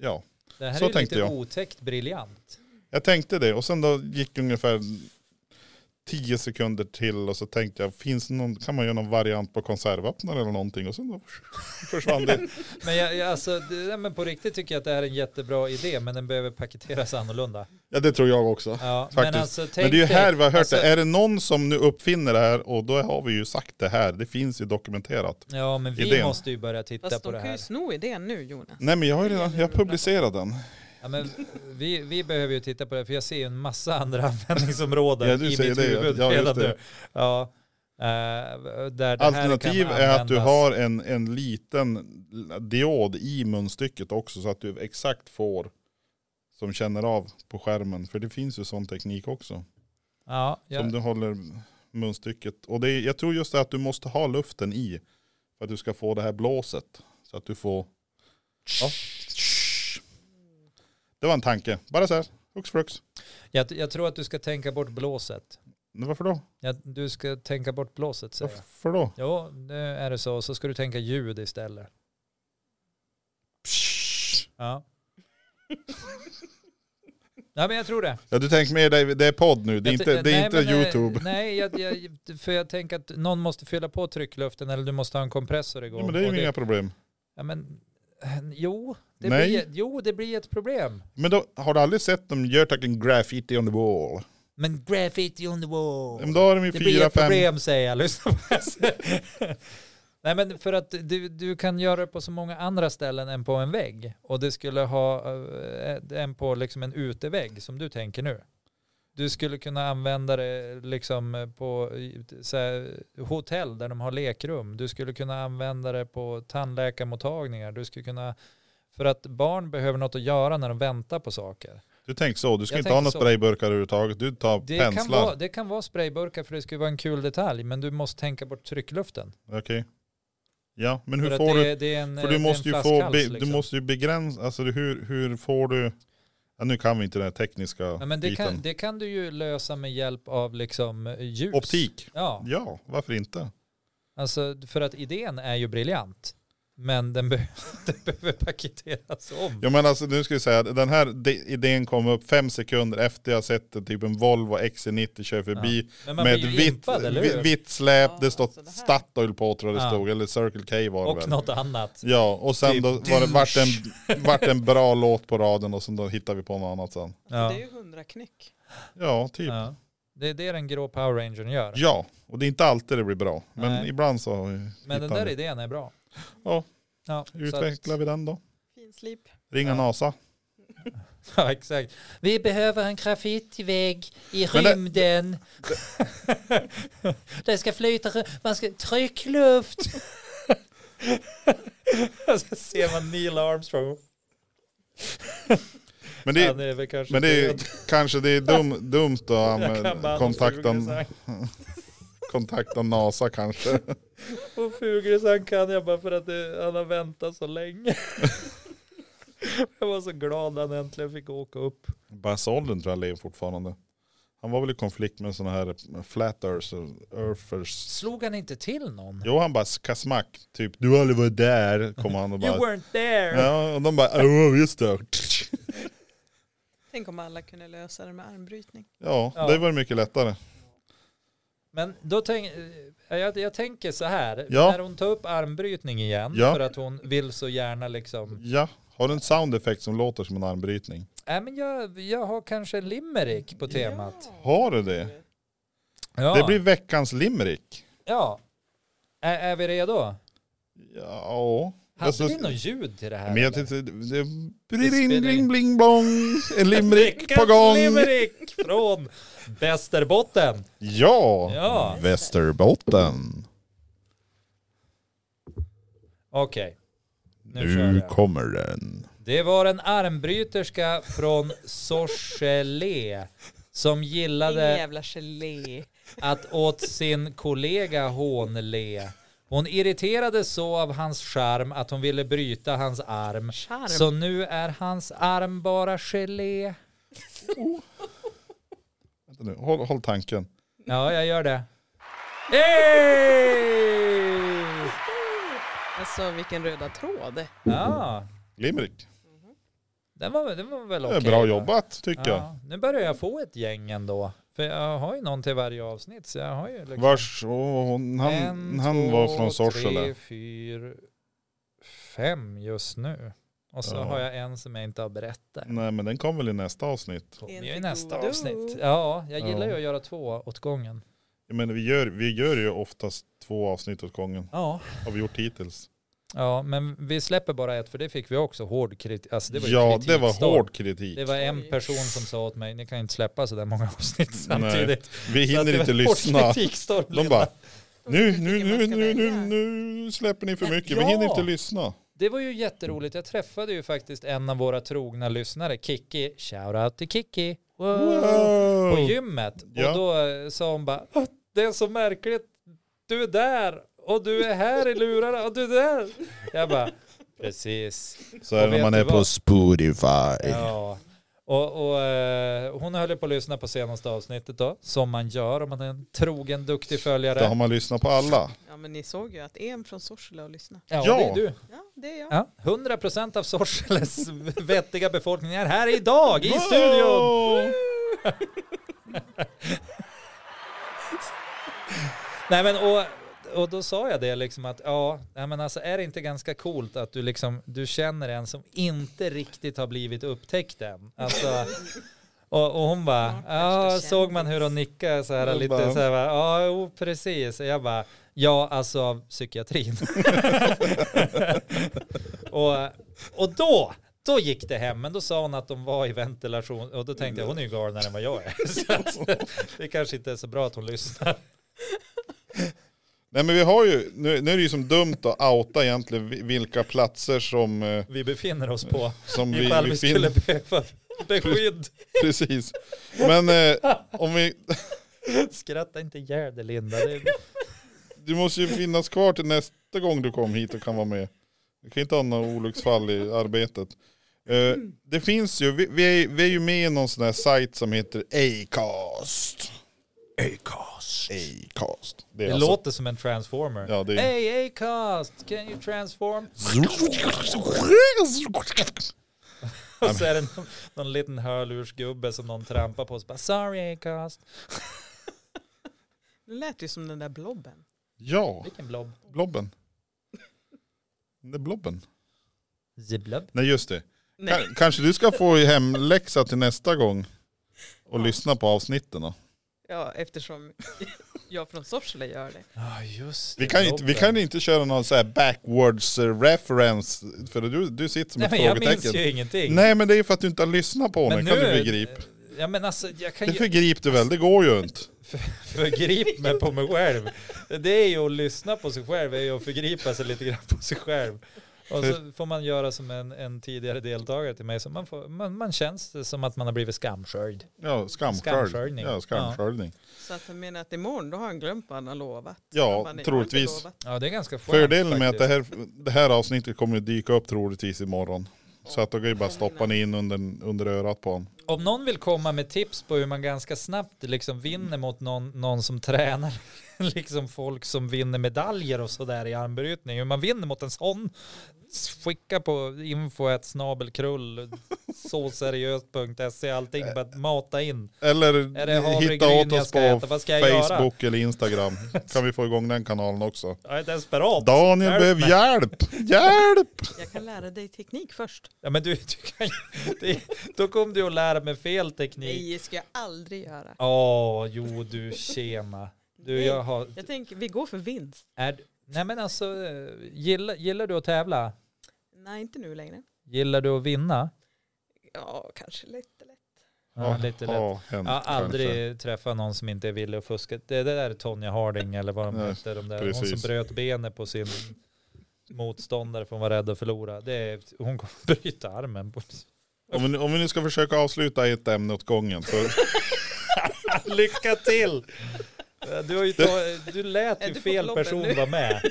B: Ja,
A: Det här
B: så
A: är ju
B: tänkte
A: lite
B: jag.
A: otäckt briljant.
B: jag tänkte det och sen då gick det ungefär tio sekunder till och så tänkte jag, finns det någon, kan man göra någon variant på konservöppnare eller någonting? Och sen då försvann det.
A: Men, jag, jag, alltså, det, nej, men på riktigt tycker jag att det här är en jättebra idé, men den behöver paketeras annorlunda.
B: Ja det tror jag också.
A: Ja, men
B: Faktiskt.
A: alltså, tänk
B: Men det är ju
A: dig-
B: här vi har hört
A: alltså,
B: det. Är det någon som nu uppfinner det här och då har vi ju sagt det här. Det finns ju dokumenterat.
A: Ja, men vi
B: idén.
A: måste ju börja titta
C: Fast
A: på
C: de
A: det
C: kan ju
A: här.
C: sno idén nu Jonas.
B: Nej men jag har ju redan, jag publicerar den.
A: Ja, men vi, vi behöver ju titta på det, för jag ser ju en massa andra användningsområden
B: Ja,
A: i
B: du
A: mitt
B: säger det, ja.
A: huvud
B: Ja, just
A: redan
B: det.
A: nu. Ja, eh, där det här kan
B: Alternativ är att du
A: användas.
B: har en, en liten diod i munstycket också så att du exakt får som känner av på skärmen. För det finns ju sån teknik också.
A: Ja, ja.
B: Som du håller munstycket. Och det är, jag tror just det att du måste ha luften i för att du ska få det här blåset. Så att du får... Ja. Det var en tanke. Bara så här, hux flux.
A: Jag, jag tror att du ska tänka bort blåset.
B: Men Varför då?
A: Ja, du ska tänka bort blåset säger jag.
B: Varför då?
A: Jo, nu är det så. Så ska du tänka ljud istället. Ja. Nej men jag tror det.
B: Ja du tänker mer, det det är podd nu, det är
A: Jag t-
B: inte, det är
A: nej,
B: inte
A: men, eh,
B: YouTube.
A: Nej, jag, jag, för jag tänker att någon måste fylla på tryckluften eller du måste ha en kompressor igång.
B: Ja, men det är
A: Och
B: ju inga problem.
A: ja, men, eh, jo, det
B: Nej.
A: blir, jo, det blir ett problem.
B: Men då, har du aldrig sett dem gör tacken graffiti on the wall?
A: Men graffiti on the wall.
B: Men då har de ju
A: Det blir
B: fyra,
A: ett
B: fem...
A: problem säger jag, lyssna på det. här. Nej men för att du, du kan göra det på så många andra ställen än på en vägg. Och det skulle ha eh, en på liksom en utevägg som du tänker nu. Du skulle kunna använda det liksom eh, på eh, så här, hotell där de har lekrum. Du skulle kunna använda det på tandläkarmottagningar. Du skulle kunna, för att barn behöver något att göra när de väntar på saker.
B: Du tänker så, du ska
A: Jag
B: inte ha
A: tänker
B: några
A: så.
B: sprayburkar överhuvudtaget, du tar
A: Det kan,
B: penslar.
A: vara, det kan vara sprayburkar för det skulle vara en kul detalj men du måste tänka bort tryckluften.
B: Okej. Ja, men hur
A: För att
B: får
A: det,
B: du?
A: är- det är en, eh,
B: För
A: det är en
B: du måste ju få,
A: flaskhals,
B: be,
A: liksom.
B: du måste ju begränsa, alltså du- hur, hur får du? Ja, nu kan vi inte den här tekniska
A: ja, men det,
B: biten.
A: kan, det kan du ju lösa med hjälp av liksom ljus.
B: Optik,
A: Ja,
B: ja varför inte?
A: alltså för att idén är ju briljant. Men den, be- den behöver paketeras om.
B: Ja men alltså nu ska vi säga, den här de- idén kom upp fem sekunder efter jag sett en typ en Volvo XC90 kör förbi
A: men man
B: med
A: blir ju
B: vitt,
A: impad, eller
B: vi-
A: hur?
B: vitt släp,
C: Ja,
B: det stod
C: alltså det här.
B: Statoil på tror jag det
A: Ja.
B: stod, eller Circle K var det
A: Och
B: väl.
A: något annat.
B: Ja, och sen
A: Typ
B: då var det, vart, en, vart en bra låt på raden och sen då hittade vi på något annat sen.
C: Alltså,
A: Ja.
C: Det är ju hundra knyck.
B: Ja, typ. Ja.
A: Ja. Det är det den grå Power Rangern gör.
B: och det är inte alltid det blir bra. Men
A: Nej.
B: ibland så
A: Men
B: hittar
A: den där
B: vi.
A: idén är bra.
B: Ja.
A: ja så att-
B: utvecklar vi den då.
C: Finslip.
B: Ringa
A: Ja.
B: NASA.
A: Ja, exakt. Vi behöver en grafitvägg i
B: Men det-
A: rymden. Det, ska flyta, ru- man ska tryckluft. Och så ser man Neil Armstrong.
B: Men
A: Det,
B: det,
A: Han är väl kanske
B: men det är
A: död.
B: kanske det är dum, dumt att
A: Jag kan bara
B: använda-
A: Anders
B: kontakta,
A: Fuglesang.
B: kontakta NASA kanske.
A: Och Fuglesang kan jag bara för att det, han har väntat så länge. Jag var så glad han äntligen fick åka upp.
B: Buzz Aldrin tror jag lever fortfarande. Han var väl i konflikt med sådana här flat earthers. earthers.
A: Slog han inte till någon?
B: Jo han bara kasmack, typ du har aldrig varit där, kommer han och
A: You
B: bara.
A: weren't there.
B: Ja, och de bara, oh, just det.
C: Tänk om alla kunde lösa det med armbrytning.
B: Ja,
A: Ja.
B: det var mycket lättare.
A: Men då tänk, eh, jag, jag tänker så här,
B: Ja.
A: när hon tar upp armbrytning igen
B: Ja.
A: för att hon vill så gärna liksom,
B: Ja, har du en soundeffekt som låter som en armbrytning?
A: nej men jag, jag har kanske en limerick på temat.
B: Har du det?
A: Ja,
B: Det blir veckans limerick.
A: ja. Är, är vi redo?
B: Ja.
A: Hade
B: Alltså,
A: vi något ljud till det här?
B: Men jag
A: eller?
B: tyckte, det,
A: Det
B: bling,
A: spelar
B: bling,
A: in.
B: bling, blong. En limerick på
A: Veckans
B: gång.
A: Limerick från Västerbotten.
B: Ja,
A: Ja.
B: Västerbotten.
A: Okej. Nu kör
B: Nu
A: jag.
B: kommer den.
A: Det var en armbryterska från Sorsele som gillade
C: Jävla gelé.
A: att åt sin kollega hånle. Hon irriterades så av hans charm att hon ville bryta hans arm.
C: Charm.
A: Så nu är hans arm bara gelé.
B: Vänta nu, håll, håll tanken.
A: Ja, jag gör det. Hey!
C: Alltså vilken röda tråd.
A: Ja,
B: Limerick.
A: den var, den var väl
B: Det
A: okej.
B: är bra
A: va?
B: jobbat tycker
A: Ja, nu börjar jag få ett gäng ändå. För jag har ju någon till varje avsnitt. Så jag har ju
B: jag.
A: liksom
B: Vars, åh, hon, han,
A: en,
B: han
A: två,
B: var från Sorsele.
A: tre, fyra, fem just nu. Och så
B: Ja.
A: har jag en som jag inte har berättat.
B: Nej men den kom väl i nästa avsnitt.
A: kommer
C: En
A: ju i
C: till
A: nästa
C: godo.
A: avsnitt. Ja, jag gillar
B: Ja.
A: ju att göra två åt gången.
B: Jag menar, vi, gör, vi gör ju oftast två avsnitt åt gången.
A: Ja.
B: Har vi gjort hittills.
A: ja, men vi släpper bara ett för det fick vi också hård kritik. Alltså, det var ju
B: ja det var
A: kritikstorm.
B: hård kritik.
A: Det var en
C: Oj.
A: person som sa åt mig, ni kan ju inte släppa så där många avsnitt samtidigt.
B: Vi
A: Så att det
B: hinner
A: var
B: inte
A: hård
B: lyssna.
A: kritikstorm,
B: De
A: Linda.
B: bara, nu,
C: Vilken
B: nu,
C: man
B: nu,
C: ska
B: nu, nu,
C: välja.
B: nu släpper ni för mycket. Vi
A: Ja.
B: hinner inte lyssna.
A: Det var ju jätteroligt. Jag träffade ju faktiskt en av våra trogna lyssnare, Kiki. Shoutout till Kiki. Wow. På
B: Wow.
A: gymmet.
B: Ja.
A: Och då eh, sa hon bara, "Åh, det är så märkligt. Du är där och du är här i lurarna och du är där. Jag bara, precis.
B: Så är
A: Och
B: det när
A: vet
B: man
A: du
B: är på
A: vad?
B: Spotify.
A: Ja. Och, och eh, hon höll ju på att lyssna på senaste avsnittet då, som man gör om man är en trogen, duktig
B: Då har
A: följare.
B: man lyssnat på alla.
C: Ja men ni såg ju att en från Sorsele och lyssna.
A: Ja,
B: Ja.
A: det är du.
C: Ja det är jag.
A: Ja, 100% av Sorseles vettiga befolkning är här idag i studion. Nej men och, och då sa jag det liksom att ja, nej, men alltså är det inte ganska coolt att du liksom, du känner en som inte riktigt har blivit upptäckt än. Alltså, och, och hon bara,
C: Snart värsta
A: ja
C: kändis.
A: såg man hur hon nickade så här
B: Hon
A: lite
B: bara-
A: så här, bara, ja jo, precis. Och jag bara, ja alltså av psykiatrin. och, och då, då gick det hem, men då sa hon att de var i ventilation och då tänkte jag hon är ju galnare än vad jag är. Så att, det kanske inte är så bra att hon lyssnar.
B: Nej men vi har ju, nu, nu är det ju som dumt att outa egentligen vi- vilka platser som, eh,
A: vi befinner oss på.
B: som vi,
A: Ifall vi,
B: vi
A: skulle
B: finner.
A: behöva beskydd.
B: Precis. Men eh, om vi,
A: Skratta inte ihjäl dig Linda. Det är,
B: Du måste ju finnas kvar till nästa gång du kom hit och kan vara med. Du kan inte ha några olycksfall i arbetet. Eh, det finns ju, vi, vi, är, vi är ju med i någon sån här sajt som heter Acast.
A: Acast.
B: Acast.
A: Det,
B: alltså-
A: låter som en transformer.
B: Ja, det är,
A: Hey Acast, can you transform? Och så är det någon, någon liten hörlursgubbe som någon trampar på och så bara sorry Acast.
C: Det lät ju som den där blobben.
B: ja,
A: Vilken blob.
B: blobben. Det är blobben.
A: Ziblub.
B: Nej just det.
C: Nej.
B: Ka- Kanske du ska få hemläxa till nästa gång och
C: Ja.
B: lyssna på avsnitten då.
C: Ja, eftersom jag från Sorsele gör det.
A: Ja ah, just det,
B: Vi kan, inte, vi
A: blobben.
B: kan inte köra någon så här backwards eh, reference för du, du sitter som
A: Nej,
B: ett
A: men jag minns
B: frågetecken.
A: ju ingenting.
B: Nej men det är ju för att du inte har lyssnat på den, kan du begripa.
A: Ja men alltså jag kan
B: Det
A: ju
B: förgrip du väl, det går ju inte.
A: förgripa mig på mig själv. Det är ju att lyssna på sig själv, det är ju att förgripa sig lite grann på sig själv. Och så får man göra som en, en tidigare deltagare till mig, så man, får, man, man känns det som att man har blivit skamskörd.
B: Ja, skamskörd.
A: Skamskördning.
B: Ja, skamskördning.
C: Så att jag menar att imorgon då har han glömt vad han har lovat.
B: Ja,
C: Han bara, "Nej, jag har inte
B: troligtvis.
C: lovat."
A: Ja det är ganska skönt
B: Fördelen med att det
A: faktiskt.
B: här, det här avsnittet kommer att dyka upp troligtvis imorgon. Så att då kan ju bara stoppa ni in under, under örat på honom.
A: Om någon vill komma med tips på hur man ganska snabbt liksom vinner mot någon, någon som tränar, liksom folk som vinner medaljer och sådär i armbrytning, hur man vinner mot en sån, skicka på info at snabelkrull, såseriöst.se, allting, bara mata in.
B: Eller
A: Är det havregryn
B: hitta åt
A: jag
B: oss
A: ska
B: på
A: äta? Vad ska jag
B: Facebook eller Instagram. Kan vi få igång den kanalen också.
A: Jag är desperat.
B: Daniel
A: Hjälp
B: behöver
A: mig.
B: hjälp! Hjälp!
C: Jag kan lära dig teknik först.
A: Ja, men du, du kan, ju- det, då kom du att lära mig fel teknik.
C: Nej, det ska jag aldrig göra.
A: Åh, jo du tjena. Du,
C: Nej,
A: jag har...
C: Jag tänker, vi går för vinst.
A: Är, nej men alltså, eh, gillar, gillar du att tävla?
C: Nej, inte nu längre.
A: Gillar du att vinna?
C: Ja, kanske lite lätt.
A: Ja, lite lätt.
B: Har hänt,
A: Jag har aldrig
B: kanske.
A: träffat någon som inte är villig att fuska. Det, det där är Tonja Harding eller vad de
B: Nej,
A: hette. De där. Hon
B: precis.
A: som bröt benet på sin motståndare för hon var rädd att förlora. Det är, hon kommer att bryta armen. På.
B: Om vi, nu- om vi nu ska försöka avsluta ett ämne åt gången. Så,
A: Lycka till! Du, har ju ta, du lät
C: Är
A: ju
C: du på
A: fel
C: klubben
A: person
C: nu?
A: vara med.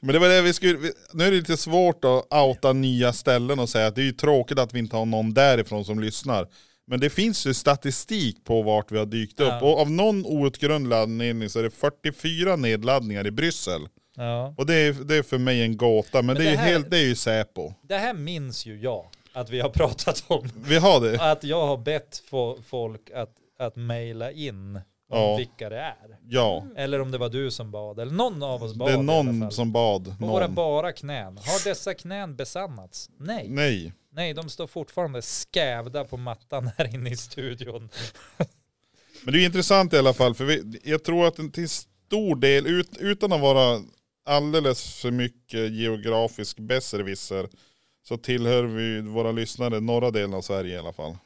B: men det var det vi skulle... Vi, nu är det lite svårt att outa nya ställen och säga att det är ju tråkigt att vi inte har någon därifrån som lyssnar. Men det finns ju statistik på vart vi har dykt
A: Ja.
B: upp. Och av någon outgrundlig anledning så är det 44 nedladdningar i Bryssel.
A: Ja.
B: Och det är, det är för mig en gåta, men, det, är
A: det
B: ju
A: här-
B: helt, det är ju Säpo.
A: Det här minns ju jag att vi har pratat om.
B: Vi har det.
A: Att jag har bett fo- folk att, att mejla in om
B: Ja.
A: vilka det är.
B: Ja.
C: Mm.
A: Eller om det var du som bad, eller någon av oss bad
B: Det är
A: i alla
B: någon
A: fall.
B: som bad.
A: På våra
B: Någon.
A: bara knän. Har dessa knän besannats? Nej.
B: Nej.
A: Nej, de står fortfarande skävda på mattan här inne i studion.
B: Men det är intressant i alla fall, för vi, jag tror att en till stor del, ut, utan att vara alldeles för mycket geografisk besserwisser, så tillhör vi våra lyssnare norra delen av Sverige i alla fall.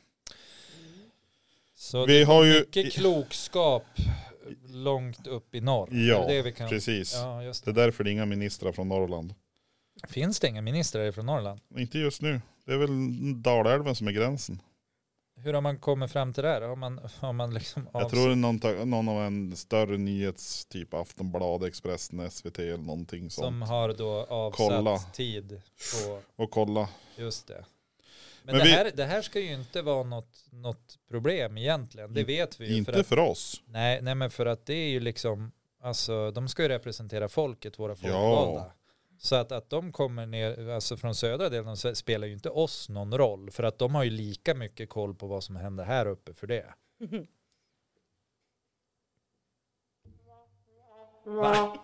A: Så det
B: Vi har
A: är
B: ju...
A: mycket klokskap långt upp i norr.
B: Ja,
A: det är det vi kan.
B: Precis.
A: Ja, just
B: Det
A: det.
B: är därför det är inga ministrar från Norrland.
A: Finns det inga ministrar från Norrland?
B: Inte just nu. Det är väl Dalälven som är gränsen.
A: Hur har man kommit fram till det här? Har man, har man liksom
B: Jag tror det är någon, ta- någon av en större nyhets, typ Aftonbladet, Expressen, SVT eller någonting sånt.
A: som har då avsatt
B: Kolla.
A: tid på
B: Och kolla.
A: Just det. Men,
B: Men
A: det,
B: vi-
A: här, det här ska ju inte vara något, något problem egentligen. Det
B: In-
A: vet vi ju.
B: inte
A: För att,
B: för oss.
A: nej, nej, men för att det är ju liksom, alltså de ska ju representera folket, våra
B: Ja.
A: folkvalda. Så att, att de kommer ner, alltså från södra delen av Sverige spelar ju inte oss någon roll. För att de har ju lika mycket koll på vad som händer här uppe för det. Va?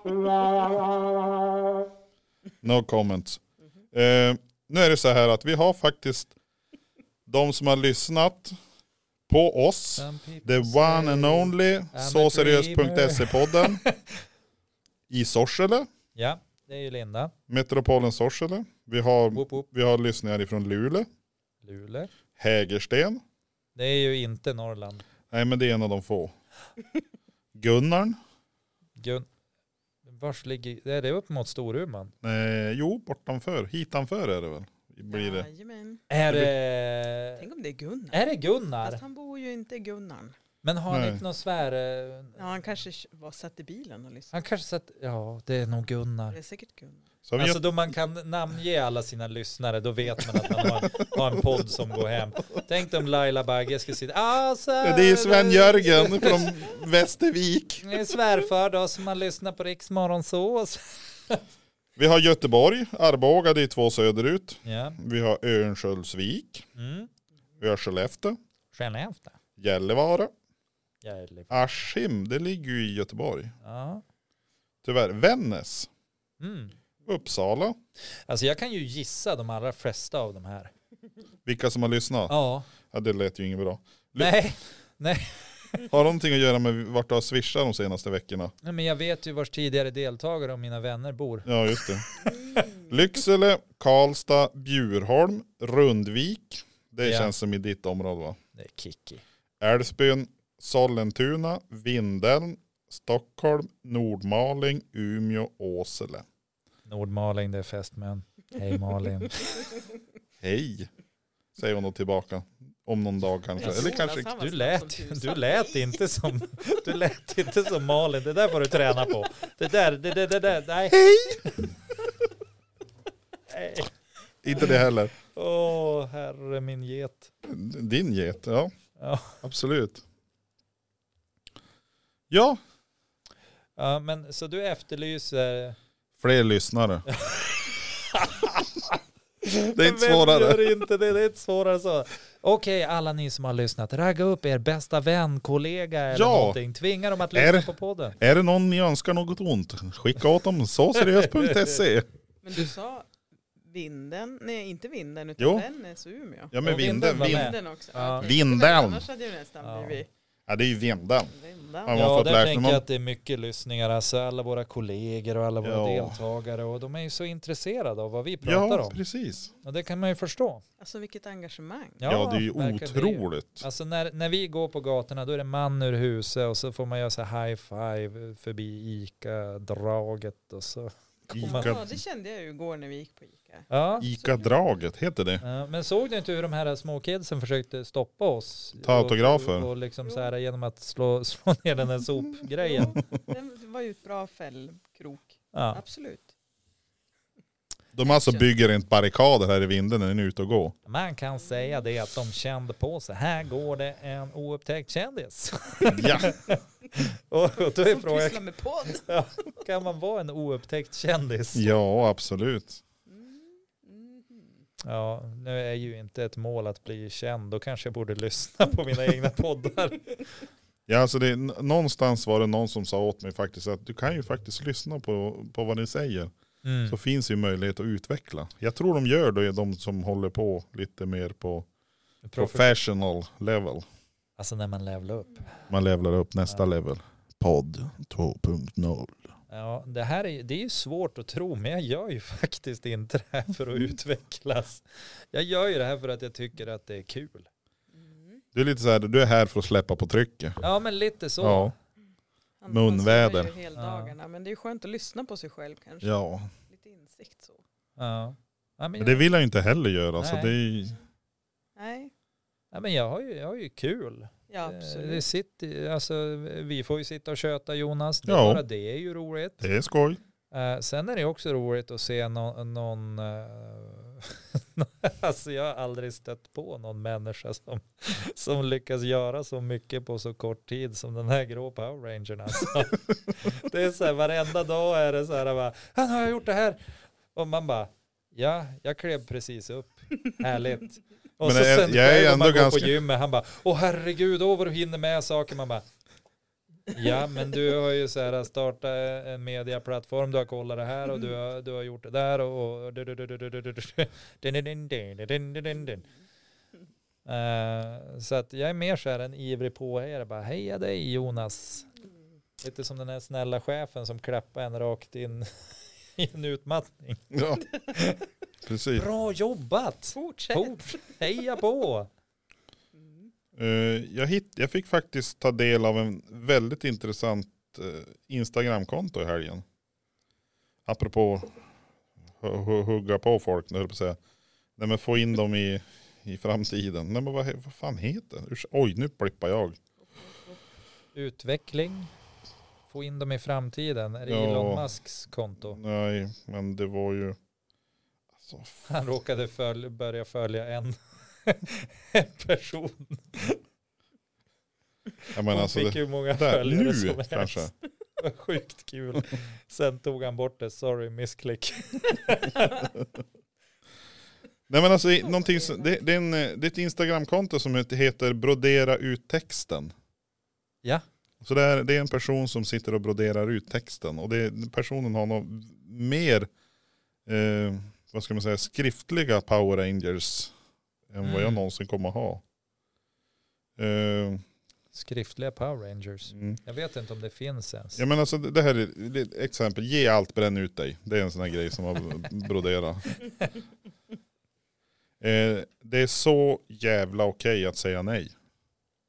B: No comments. Eh, nu är det så här att vi har faktiskt de som har lyssnat på oss.
A: Some people
B: The one and
A: say-
B: only
A: a
B: såseriös.se-podden i Sorsele,
A: Ja, det är ju Linda.
B: metropolen Sorsele. Vi har,
A: Whoop, whoop.
B: vi har lyssningar ifrån Luleå,
A: Luleå.
B: Hägersten.
A: Det är ju inte Norrland.
B: Nej men det är en av de få. Gunnarn.
A: Gun... Vars ligger... Är det upp mot Storuman?
B: Eh, jo, bortanför. Hitanför är det väl. Blir det.
C: Jajamän.
A: Är
B: Det
A: det...
C: Tänk om det är Gunnar.
A: Är det Gunnar?
C: Fast han bor ju inte i Gunnarn.
A: Men har ni
B: Nej.
A: inte någon svär... eh,
C: Ja, han kanske var satt i bilen och lyssnade.
A: Han kanske satt... Ja, det är nog Gunnar.
C: Det är säkert Gunnar.
B: Så har vi
A: Alltså då man kan namnge alla sina lyssnare, då vet man att man har, har en podd som går hem. Tänk om Laila Bagge ska sitta... Ah, så,
B: gett- det är Sven-Jörgen från Västervik.
A: Det är svärfar då som man lyssnar på Riksmorgon så.
B: Vi har Göteborg, Arboga, det är två söderut.
A: Ja.
B: Vi har Örnsköldsvik,
A: Mm.
B: vi har Skellefteå,
A: Skellefteå.
B: Gällivare,
A: Jävligt.
B: Askim, det ligger ju i Göteborg.
A: Ja.
B: Tyvärr, Vännäs,
A: Mm.
B: Uppsala.
A: Alltså jag kan ju gissa de allra flesta av de här.
B: Vilka som har lyssnat?
A: Ja.
B: Ja, det lät ju inget bra.
A: Nej,
B: Har någonting att göra med vart du har swishat de senaste veckorna?
A: Nej, men jag vet ju vars tidigare deltagare och mina vänner bor.
B: Ja, just det. Lycksele, Karlstad, Bjurholm, Rundvik. Det
A: Ja.
B: känns som i ditt område va?
A: Det är Kikki.
B: Älvsbyn, Sollentuna, Vindeln, Stockholm, Nordmaling, Umeå, Åsele.
A: Nordmaling, det är fästmön. Hej Malin.
B: Hej! Säger hon då tillbaka. Om någon dag kanske.
A: Ja,
B: Eller kanske
A: Du lät, du lät, inte, som, du lät inte som Malin. Det där får du träna på. Det där, det, det, det där, nej. Nej.
B: inte det heller.
A: Åh, herre min get.
B: Din get, ja.
A: Ja.
B: Absolut. Ja,
A: Ja, men så du efterlyser...
B: fler lyssnare. Det är inte
A: Vem
B: svårare.
A: Gör inte det, det är inte svårare så. Okej, alla ni som har lyssnat, ragga upp er bästa vän, kollega eller
B: Ja.
A: någonting. Tvinga dem att lyssna
B: Är-
A: på podden.
B: Är det någon ni önskar något ont? Skicka åt dem såseriös.se.
C: Men du sa vinden, nej inte vinden utan
B: Jo.
C: Vännäs och Umeå.
B: Ja men
A: Och vinden
B: vinden.
A: var
B: Vind,
A: med.
C: Vinden också.
A: Ja.
C: okej.
B: Vinden.
C: Men Annars hade ju nästan
A: Ja.
C: blivit
B: ja det är ju vinden.
C: vindan.
B: Ja, man
A: Ja,
B: får lärt
A: där
B: sig
A: tänker
B: man-
A: jag att det är mycket lyssningar. Alltså alla våra kollegor och alla våra
B: Ja.
A: deltagare. Och de är ju så intresserade av vad vi pratar
B: Ja
A: om.
B: precis.
A: Och det kan man ju förstå.
C: Alltså vilket engagemang.
B: Ja, det är ju
A: verkar det.
B: otroligt.
A: Alltså när, när vi går på gatorna då är det man ur huset och så får man göra så här high five förbi ICA-draget och så.
B: Ica-
C: Ja, det kände jag ju igår när vi gick på Ica.
A: Ja.
B: Ica-draget, heter det?
A: Ja, Men såg du inte hur de här små kidsen försökte stoppa oss?
B: Ta autografer.
A: Och, och liksom så här genom att slå, slå ner den där sopgrejen.
C: Jo, Det var ju ett bra fällkrok.
A: Ja.
C: Absolut.
B: De alltså bygger inte barrikader här i vinden när ni är ute och går.
A: Man kan säga det att de kände på sig, här går det en oupptäckt kändis.
B: Ja,
A: Och och då är
C: Som
A: frågan,
C: pysslar med podd.
A: kan man vara en oupptäckt kändis?
B: ja absolut.
C: Mm. Mhm.
A: Ja, nu är ju inte ett mål att bli känd, då kanske jag borde lyssna på mina egna poddar.
B: Ja, alltså det, n- någonstans var det någon som sa åt mig faktiskt att du kan ju faktiskt lyssna på, på vad ni säger.
A: Mm.
B: Så finns ju möjlighet att utveckla. Jag tror de gör det, de som håller på lite mer på professional level.
A: Alltså när man levlar upp.
C: Mm,
B: Man levlar upp nästa level. Podd 2.0.
A: Ja, det här är, det är ju svårt att tro, men jag gör ju faktiskt inte det här för
B: Mm.
A: att utvecklas. Jag gör ju det här för att jag tycker att det är kul.
C: Mm.
B: Du är lite så här, du är här för att släppa på trycket.
A: Ja, men lite så.
B: Ja,
C: Han
B: Munväder.
C: konsumerar ju heldagarna, Men det är ju skönt att lyssna på sig själv kanske.
B: ja.
C: Lite insikt så.
A: Ja. Ja, men
B: Men
A: jag,
B: det vill jag ju inte heller göra. Så
A: Nej.
B: det är ju,
C: Nej,
A: ja, men jag, har ju, jag har ju kul.
C: ja
A: Eh, Det, det
C: absolut.
A: sitter, alltså, vi får ju sitta och köta Jonas. Det,
B: Ja.
A: bara det är ju roligt.
B: det är skoj.
A: Eh, sen är det också roligt att se nå- någon, eh, alltså jag har aldrig stött på någon människa som, som lyckas göra så mycket på så kort tid som den här grå Power Rangern. Alltså. det är så här, varenda dag är det så här, bara, han har jag gjort det här. Och man bara, ja, jag klev precis upp, härligt. Och
B: Men
A: så
B: jag-
A: sen
B: jag är
A: själv om
B: ändå
A: man går
B: ganska-
A: på gymmet, han bara, åh herregud, åh vad du hinner med saker. Man bara, Ja, men du har ju så här startat en mediaplattform, du har kollat det här och du har, du har gjort det där och... och du- du- du- du- du- du- du- du- din- din- din- din- din- din- din- din- din. Eh, Så att jag är mer så här en ivrig påhejare, bara heja dig Jonas.
C: Mm.
A: Lite som den där snälla chefen som klappar en rakt in i en utmattning.
B: Ja. Precis.
A: Bra jobbat!
C: Fortsätt.
A: Fort, heja på!
C: Mm.
B: Eh, jag, hitt, jag fick faktiskt ta del av en väldigt intressant eh, Instagramkonto i helgen. Apropå hu- hu- hugga på folk, nu höll jag på att säga. Nej men få in dem i, i framtiden. Nej men vad, he- vad fan heter det? Urs- Oj, nu blippar jag.
C: Hopp, hopp, hopp.
A: utveckling. Få in dem i framtiden. Är det
B: Ja.
A: Elon Musks konto?
B: Nej, men det var ju... Alltså,
A: Han råkade följ, börja följa en, en person.
B: jag
A: Han
B: menar alltså...
A: fick
B: Det,
A: hur många
B: där,
A: följare som
B: nu
A: helst.
B: kanske.
A: Det var sjukt kul. Sen tog han bort det. Sorry, missklick.
B: Nej men alltså, i- någonting, som- det, det, är en, eh, det är ett Instagramkonto som het- heter Brodera ut texten.
A: Ja.
B: Så det är, det är en person som sitter och broderar ut texten. Och det, personen har nog mer, eh, vad ska man säga, skriftliga Power Rangers än vad jag
A: Mm.
B: någonsin kommer att ha. Eh,
A: Skriftliga Power Rangers.
B: mm.
A: Jag vet inte om det finns ens.
B: Ja men alltså det det här är det är ett exempel, ge allt, bränn ut dig. Det är en sån här grej som har broderat. Eh, det är så jävla okej att säga nej.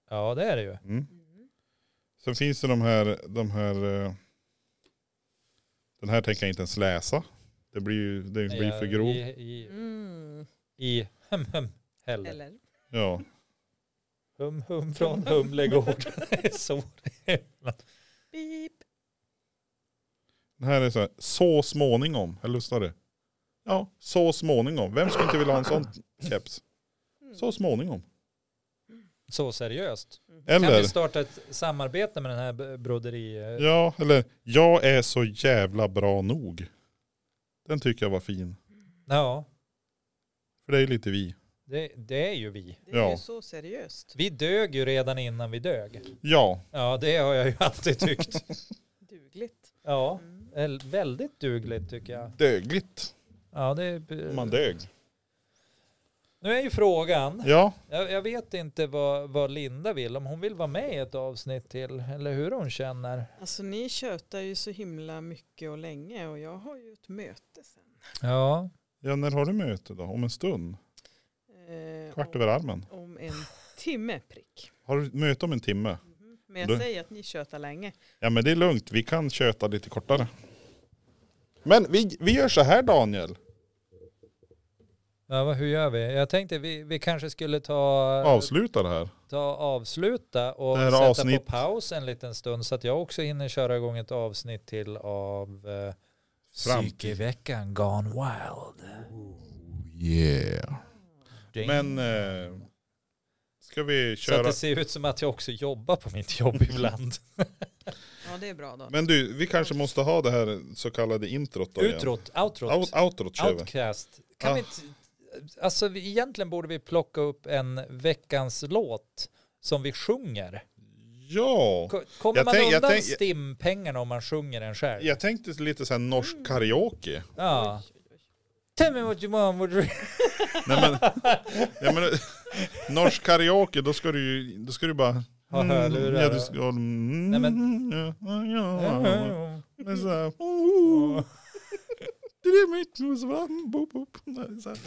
A: Ja, det är det ju.
B: Mm.
C: Mm.
B: Sen finns det de här, de här, eh, den här tänker jag inte ens läsa. Det blir ju det blir för grov.
A: I, i,
C: Mm.
A: i hum hum heller.
C: Eller?
B: Ja.
A: Hum hum från Humlegård. Så det är.
C: Beep.
B: Den här är så här, så småningom, jag lyssnar det. Ja, så småningom. Vem skulle inte vilja ha en sån keps?
C: Mm.
B: Så småningom.
A: Så seriöst.
C: Mm.
A: Kan
B: Eller?
A: vi starta ett samarbete med den här b- broderi... eh,
B: Ja, eller jag är så jävla bra nog. Den tycker jag var fin.
A: Ja,
B: För det är ju lite vi.
A: det, det är ju vi.
C: Det är
B: Ja.
C: ju så seriöst.
A: Vi dög ju redan innan vi dög.
B: Ja,
A: Ja, det har jag ju alltid tyckt.
C: Dugligt.
A: Ja,
C: Mm.
A: el- väldigt dugligt tycker jag.
B: dögligt.
A: Ja, det
B: om
A: är...
B: Man dög.
A: Nu är ju frågan.
B: Ja,
A: Jag, jag vet inte vad, vad Linda vill. Om hon vill vara med i ett avsnitt till. Eller hur hon känner.
C: Alltså ni tjötar ju så himla mycket och länge och jag har ju ett möte sen.
A: Ja.
B: ja när har du möte då? Om en stund?
C: Eh,
B: Kvart
C: om,
B: över armen?
C: om en timme prick.
B: Har du möte om en timme?
C: Mhm. Men jag
B: Mm-hmm. Du-
C: säger att ni tjötar länge.
B: Ja men det är lugnt, vi kan köta lite kortare. Men vi, vi gör så här Daniel.
A: ja vad, hur gör vi? Jag tänkte vi, vi kanske skulle ta,
B: Avsluta det här.
A: ta avsluta och
B: Det här
A: sätta
B: avsnitt-
A: på paus en liten stund. Så att jag också hinner köra igång ett avsnitt till av eh,
B: Framtid.
A: Psykeveckan Gone Wild.
B: Yeah.
A: Ding.
B: Men eh, ska vi
A: så att
B: köra?
A: det ser ut som att jag också jobbar på mitt jobb ibland.
C: Ja det är bra då.
B: Men du, vi kanske måste ha det här så kallade introt då igen.
A: Utrot, outrot.
B: Out, outrot kör vi.
A: Outcast. Kan
B: Ah.
A: vi inte, alltså vi, egentligen borde vi plocka upp en veckans låt som vi sjunger.
B: Ja.
A: Ko- Kommer
B: Jag
A: man
B: tänk- jag
A: undan
B: tänk-
A: stimpengarna om man sjunger den själv?
B: Jag tänkte lite så här norsk karaoke.
A: Ja.
C: Oj, oj, oj.
A: Tell me what you want, what you...
B: Nej men, ja, men norsk karaoke, då ska du ju då ska du bara...
A: Ha hörlurar
B: Ja,
A: och-
B: du ska... Mm,
A: Nej,
B: ja, ja, ja. Men så här... Det är mitt hus, va? Boop, boop. Nej, så här.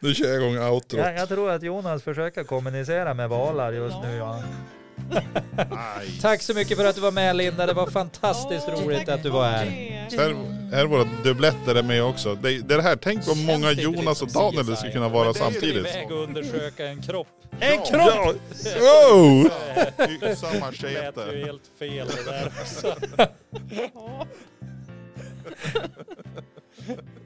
B: Nu kör jag igång outro.
A: jag, jag tror att Jonas försöker kommunicera med valar just nu. Ja.
B: Nice.
A: Tack så mycket för att du var med Linda, det var fantastiskt
C: Åh,
A: roligt
C: tack
A: att du var
C: för
A: här.
C: det.
B: Här, här är våra dubbletter är med också. Det, det är det här, tänk vad många
A: Känns det inte
B: Jonas och
A: liksom
B: Daniel det
A: CSI?
B: skulle kunna vara
A: Men det är ju
B: samtidigt.
A: iväg och undersöka en kropp.
B: En
A: En kropp!
B: kropp! Oh! Samma
A: lät ju helt fel det där också.
C: Ja.